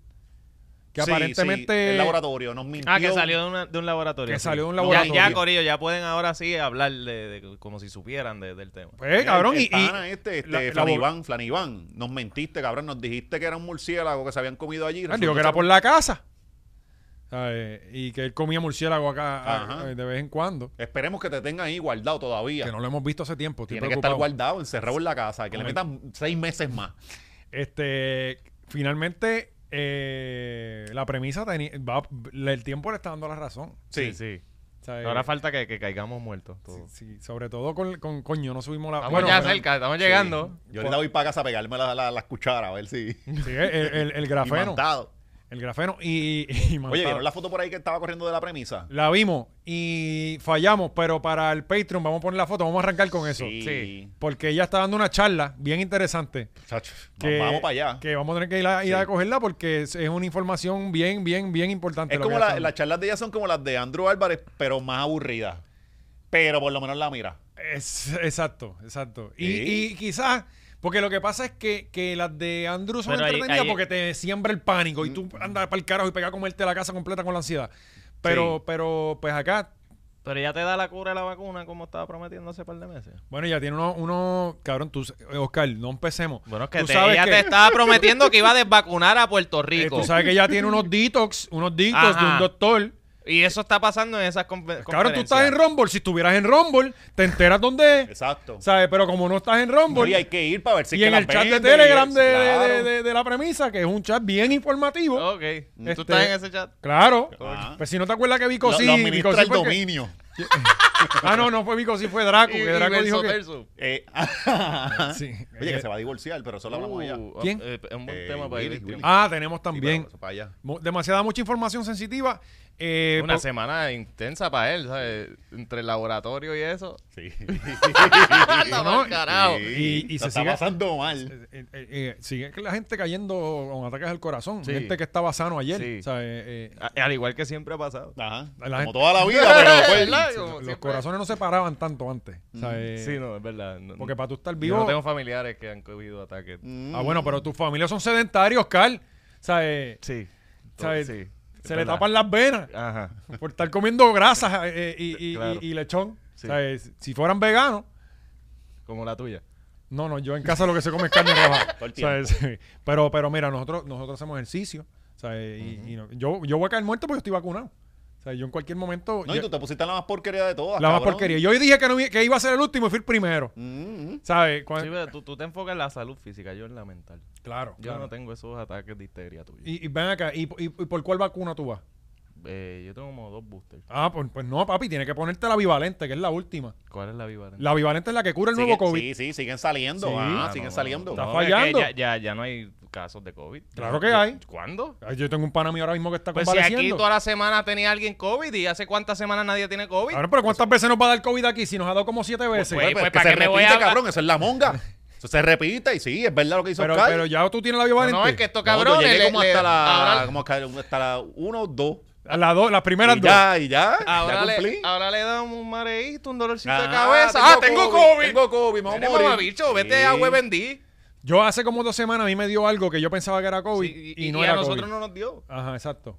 S2: Que
S4: Sí,
S2: aparentemente...
S4: sí, el laboratorio nos mintió.
S3: Ah, que salió de, una- de un laboratorio.
S2: Que
S3: sí.
S2: salió de un
S3: Ya-
S2: laboratorio.
S3: Ya, Corillo, ya pueden ahora sí hablar de, de- como si supieran de- del tema.
S2: Pues, cabrón,
S4: El-
S2: y...
S4: el
S2: y-
S4: pana este, este
S2: la- la bo-
S4: Flaniván, Flaniván, nos mentiste, cabrón, nos dijiste que era un murciélago que se habían comido allí.
S2: Ah, digo que era por la casa. ¿Sabes? Y que él comía murciélago acá
S4: Ajá.
S2: eh, de vez en cuando.
S4: Esperemos que te tengan ahí guardado todavía.
S2: Que no lo hemos visto hace tiempo. Estoy
S4: Tiene que estar
S2: preocupado.
S4: guardado, encerrado en la casa, que le
S2: Con el-
S4: metan seis meses más.
S2: Este, finalmente, eh, la premisa teni- va, le- el tiempo le está dando la razón.
S4: Sí,
S3: sí.
S2: O sea,
S3: Ahora
S2: eh,
S3: falta que, que caigamos muertos. todos.
S2: sí, sobre todo con, con coño, no subimos la.
S3: Estamos
S2: bueno,
S3: ya
S2: pero-
S3: cerca, estamos llegando.
S4: Yo ahorita voy para casa a pegarme la- la- las cucharas, a ver si.
S2: sí, el, el- el
S4: y
S2: grafeno.
S4: mandado.
S2: El grafeno y. y- y
S4: Oye,
S2: mandado.
S4: ¿vieron
S2: la...
S4: la foto por ahí que estaba corriendo de la premisa?
S2: vimos y fallamos, pero para el Patreon vamos a poner la foto, vamos a arrancar con eso.
S3: Sí.
S2: Porque ella está dando una charla bien interesante.
S4: Chacho,
S2: Que,
S4: vamos para allá.
S2: Que vamos a tener que ir a, ir a
S4: Sí.
S2: cogerla porque es, es una información bien, bien, bien importante.
S4: Es
S2: lo que
S4: como
S2: ella
S4: la-
S2: está
S4: las charlas de ella son como las de Andrew Álvarez, pero más aburridas. Pero por lo menos la mira.
S2: Es- exacto, exacto. Y,
S4: Sí.
S2: y quizás Porque lo que pasa es que, que las de Andrew son
S6: Pero ahí-
S2: entretenidas
S6: ahí-
S2: porque te siembra el pánico
S3: Mm.
S2: y tú andas para el carajo y pegas a comerte la casa completa con la ansiedad. Pero, pero, pues acá,
S3: Pero ya te da la cura de la vacuna como estaba prometiendo hace par de meses.
S2: bueno, ya tiene uno, uno cabrón, tú, eh, Oscar, no empecemos.
S3: Bueno, es que
S2: [LAUGHS] Tú
S3: te,
S2: sabes
S3: ella
S2: que-
S3: te estaba prometiendo que iba a desvacunar a Puerto
S2: eh,
S3: Rico.
S2: tú sabes que ya tiene unos detox, unos detox
S3: Ajá.
S2: de un doctor.
S3: Y eso está pasando en esas confe- conferencias.
S2: Cabrón, tú estás en Rumble. Si estuvieras en Rumble, te enteras dónde es. [LAUGHS]
S4: Exacto.
S2: ¿Sabes? Pero como no estás en Rumble.
S4: Y hay que ir para ver si es
S2: y
S4: que
S2: en
S4: las
S2: el chat de
S4: venden,
S2: Telegram
S4: y-
S2: de, de-
S4: claro.
S2: de- de- de la premisa, que es un chat bien informativo.
S3: Ok.
S2: Este-
S3: Tú estás en ese chat.
S2: Claro.
S4: Ajá.
S2: Pues si no te acuerdas que Vico
S4: Ah. Lo-
S2: sí.
S4: lo
S2: Vico
S4: administra
S2: sí
S4: el
S2: porque-
S4: dominio.
S2: Ah, no, no fue Vico sí, fue Draco. que
S3: Y- y
S2: Draco dijo que.
S3: verso,
S4: Eh, [LAUGHS]
S2: Sí. eh,
S4: Oye, que se va a divorciar, pero eso lo hablamos allá.
S3: Uh,
S2: ¿Quién?
S3: eh, Es un buen
S4: Eh,
S3: tema para ir.
S4: Willy, Willy.
S2: Ah, tenemos
S4: Sí,
S2: también
S4: pero eso para allá.
S2: mu- demasiada mucha información sensitiva. eh,
S3: Una
S2: por-
S3: semana intensa para él, ¿sabes? Entre el laboratorio y eso.
S4: Sí.
S3: Anda pa'l carajo.
S2: Y- y
S4: la
S2: se
S4: está
S2: sigue-
S4: pasando mal.
S2: eh, eh, eh, sigue la gente cayendo con ataques al corazón.
S3: Sí.
S2: Gente que estaba sano ayer.
S3: Sí.
S2: o sea, eh, eh,
S3: A- Al igual que siempre ha pasado.
S4: Ajá.
S2: La gente-
S4: Como toda
S2: [LAUGHS]
S4: la vida, pero
S3: [LAUGHS]
S4: pues,
S3: ¿Verdad? Como
S2: los
S3: siempre. Mm,
S2: corazones no se paraban tanto antes. o sea, eh,
S3: Sí, no, es verdad. No-
S2: Porque para tú estar
S3: yo
S2: vivo.
S3: no tengo familiares que han cogido ataques.
S2: Ah, bueno, pero tus familias son sedentarios, Carl. O sea, eh,
S3: Sí.
S2: ¿Sabes?
S3: Sí, es
S2: se le
S3: verdad.
S2: tapan las venas
S3: Ajá.
S2: por estar comiendo grasas eh, y, y-
S3: Claro.
S2: y- y lechón.
S3: Sí.
S2: O sea, eh, si fueran veganos.
S3: Como la tuya.
S2: No, no, yo en casa lo que se come es carne roja.
S4: [LAUGHS] Todo el
S2: O sea, sí. [LAUGHS] Pero, pero mira, nosotros, nosotros hacemos ejercicio. o sea, eh, y- y no- yo, yo voy a caer muerto porque yo estoy vacunado. O sea, yo en cualquier momento.
S4: No,
S2: yo-
S4: y tú te pusiste la más porquería de todas.
S2: la más
S4: cabrón.
S2: porquería. Yo hoy dije que, no, i- que iba a ser el último y fui el primero.
S4: Mm, mm.
S2: ¿Sabes? Cuan-
S3: Sí, pero tú, tú te enfocas en la salud física, yo en la mental.
S2: Claro.
S3: Yo
S2: claro.
S3: no tengo esos ataques de histeria tuya.
S2: Y, y ven acá, ¿y, y- y por cuál vacuna tú vas?
S3: Eh, yo tengo como dos boosters.
S2: Ah, pues, pues no, papi, tiene que ponerte la bivalente, que es la última.
S3: ¿Cuál es la viva?
S2: La bivalente es la que cura el
S4: Sigue-
S2: nuevo COVID.
S4: Sí, sí, siguen saliendo.
S2: Sí.
S4: Ah,
S3: Ah,
S4: siguen
S3: no, no,
S4: saliendo.
S2: Está
S3: no,
S2: fallando.
S3: es que Ya, ya, ya no hay casos de COVID.
S2: Claro que
S3: Yo-
S2: hay.
S3: ¿Cuándo?
S2: Ay, Yo tengo un pana mío ahora mismo que está
S3: Pues si aquí
S2: convaleciendo.
S3: toda la semana tenía alguien COVID y hace cuántas semanas nadie tiene COVID.
S2: Cabrón, pero ¿cuántas veces nos va a dar COVID aquí? Si nos ha dado como siete veces.
S3: pues,
S4: Pero es
S3: pues,
S4: que
S3: ¿para
S4: se
S3: qué me voy
S4: repite,
S3: a-
S4: cabrón. Eso es la monga. Eso se repite y sí, es verdad lo que hizo
S2: pero,
S4: Oscar.
S2: pero ya tú tienes la
S3: pues, no,
S2: bivalente.
S3: no, es que estos
S4: No, yo
S3: cabrones.
S4: llegué
S3: le-
S4: como
S3: le-
S4: hasta la...
S3: ahora,
S4: Como hasta- hasta la 1 o 2.
S2: A las dos, las primeras
S4: Y
S2: dos.
S4: ya, y ya.
S3: ahora
S4: ya
S3: le,
S4: cumplí.
S3: ahora le damos un mareíto, un dolorcito de
S4: Ah,
S3: cabeza. ¡Ah, tengo COVID!
S4: Tengo COVID, me voy a
S3: Eres
S4: morir.
S3: mamabicho, vete
S4: Sí.
S3: a Webendí.
S2: Yo hace como dos semanas a mí me dio algo que yo pensaba que era COVID
S3: Sí,
S2: y, no
S3: y
S2: era
S3: a nosotros
S2: COVID.
S3: no nos dio.
S2: Ajá, exacto.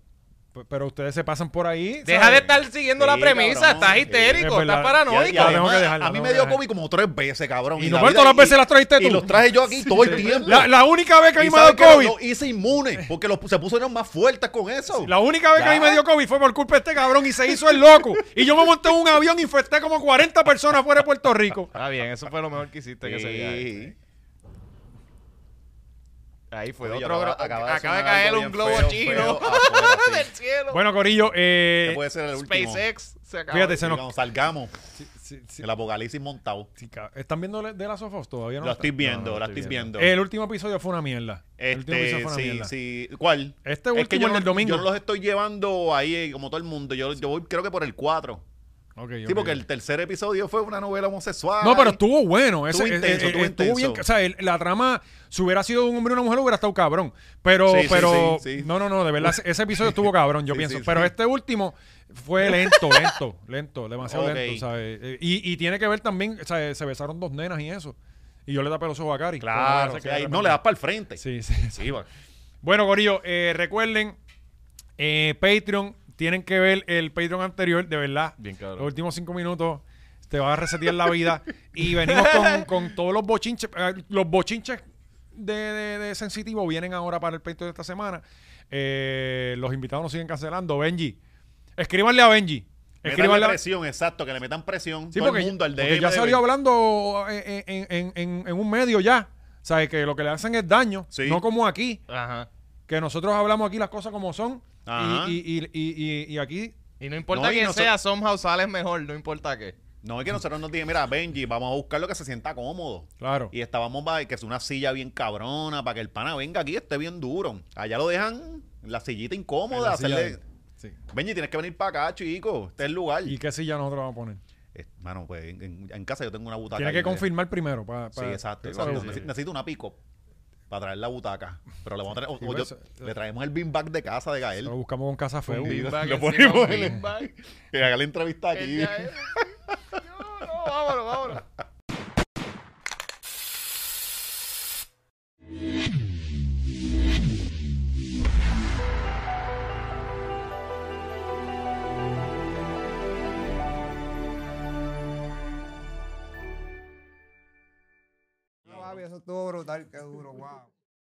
S2: P- Pero ustedes se pasan por ahí.
S3: Deja
S2: ¿sabes?
S3: de estar siguiendo
S4: Sí,
S3: la premisa,
S4: cabrón,
S3: estás
S4: sí.
S3: histérico,
S2: Es verdad.
S3: estás
S4: Y- y
S3: paranoico.
S2: Ya, ya, tengo
S4: además,
S2: que dejar, la
S4: A mí
S2: tengo
S4: me
S2: que
S4: dio
S2: dejar.
S4: COVID como tres veces, cabrón.
S2: Y no,
S4: la
S2: pero
S4: vida-
S2: todas las veces
S4: y-
S2: las trajiste
S4: Y
S2: tú.
S4: los traje yo aquí todo el tiempo.
S2: La, la única vez que a mí
S4: Y
S2: me dio
S4: sabes que
S2: COVID.
S4: Lo hice inmune porque los- se pusieron más fuertes con eso.
S2: La única vez que a mí
S4: Ya.
S2: me dio COVID fue por culpa de este cabrón y se hizo el loco. Y yo me monté en un avión y infecté como 40 personas fuera de Puerto Rico.
S3: Está bien, eso fue lo mejor que hiciste en ese viaje.
S4: Sí.
S3: Ahí fue
S4: Oye,
S3: otro
S4: acaba-
S3: glo-
S4: acaba de
S3: acaba, de
S4: sonar
S3: caer
S4: algo
S3: un
S4: bien
S3: globo
S4: feo,
S3: chino
S4: feo afuera, sí.
S3: del [LAUGHS] cielo.
S2: Bueno, Corillo, eh,
S4: Este puede ser el último.
S3: SpaceX se acabó.
S2: Fíjate, se
S4: Y
S2: nos-
S4: Cuando salgamos,
S2: sí, sí,
S4: el apocalipsis montado.
S2: sí, ca- ¿están viendo de las sofos todavía? No
S4: Lo
S2: está?
S4: estoy viendo,
S3: no,
S4: la
S3: estoy
S4: estoy viendo.
S2: El último episodio fue una mierda. el último
S4: Este,
S2: episodio fue una
S4: sí,
S2: mierda.
S4: sí. ¿Cuál?
S2: Este
S4: Es que
S2: último,
S4: yo
S2: el
S4: no-
S2: del domingo.
S4: Yo no los estoy llevando ahí eh, como todo el mundo. Yo, yo voy, creo que por el 4.
S2: Ok,
S4: Sí,
S2: ok.
S4: porque el tercer episodio fue una novela homosexual.
S2: No, pero estuvo bueno. Ese,
S4: Estuvo
S2: estuvo
S4: intenso, estuvo
S2: estuvo bien.
S4: intenso.
S2: O sea, el- la trama, si hubiera sido un hombre y una mujer, hubiera estado cabrón. Pero,
S4: Sí, sí,
S2: pero,
S4: sí, sí.
S2: no, no, no, de verdad, ese- ese episodio
S4: [LAUGHS]
S2: estuvo cabrón, yo
S4: Sí,
S2: pienso.
S4: sí,
S2: pero
S4: sí.
S2: este último fue lento, lento, lento, demasiado
S4: Ok.
S2: lento, ¿sabes? Eh, Y, y tiene que ver también, o sea, se besaron dos nenas y eso. Y yo le tapé los ojos a Cari.
S4: Claro,
S2: Entonces,
S4: o sea, ahí
S2: que-
S4: no le das para el frente.
S2: Sí, sí.
S4: Sí, pues,
S2: [LAUGHS]
S4: va.
S2: Bueno, Corillo, eh, recuerden, eh, Patreon, tienen que ver el Patreon anterior, de verdad.
S3: Bien cabrón.
S2: Los últimos cinco minutos te va a resetear la vida. y venimos
S4: [LAUGHS]
S2: con, con todos los bochinches. eh, los bochinches de, de- de sensitivo vienen ahora para el Patreon de esta semana. Eh, los invitados nos siguen cancelando. Benji, escríbanle a Benji.
S4: Escriban
S2: Escríbanle a
S4: presión, exacto, que le metan presión.
S2: Sí,
S4: todo
S2: porque,
S4: el mundo, al
S2: porque
S4: DM,
S2: ya salió
S4: de-
S2: hablando eh, en, en- en- en un medio ya. ¿Sabes? Que lo que le hacen es daño.
S4: Sí.
S2: No como aquí
S3: Ajá.
S2: que nosotros hablamos aquí las cosas como son
S4: Ajá.
S2: y, y- y- y- y- y aquí
S3: Y no importa
S4: No, y
S3: quién
S4: noso-
S3: sea, somehow sales mejor, no importa qué.
S4: No, es que nosotros nos dije, mira, Benji, vamos a buscar lo que se sienta cómodo.
S2: claro
S4: Y estábamos para que es una silla bien cabrona, para que el pana venga aquí, esté bien duro. Allá lo dejan en la sillita incómoda.
S2: En la
S4: hacerle-
S2: silla sí.
S4: Benji, tienes que venir para acá, chico. Este es el lugar.
S2: y qué silla nosotros vamos a poner
S4: Eh, Mano, pues en, en- en casa yo tengo una butaca.
S2: tiene
S4: ahí
S2: que
S4: media.
S2: confirmar primero para,
S4: Sí, exacto. exacto. Necesi- Necesito, una pico para traer la butaca. Pero le, vamos a traer,
S2: Sí,
S4: o- o
S2: pues,
S4: yo-
S2: eh,
S4: le traemos el beanbag de casa de Gael.
S2: lo buscamos con casa feo
S4: Un
S2: Yo
S4: beanbag.
S3: Feedback
S4: [LAUGHS] lo
S3: encima,
S4: ponemos
S3: un
S4: en el-
S3: feedback.
S4: Que haga la entrevista [LAUGHS]
S3: El
S4: aquí.
S3: día es- No, no, vámonos, vámonos.
S6: brutal, qué duro, wow.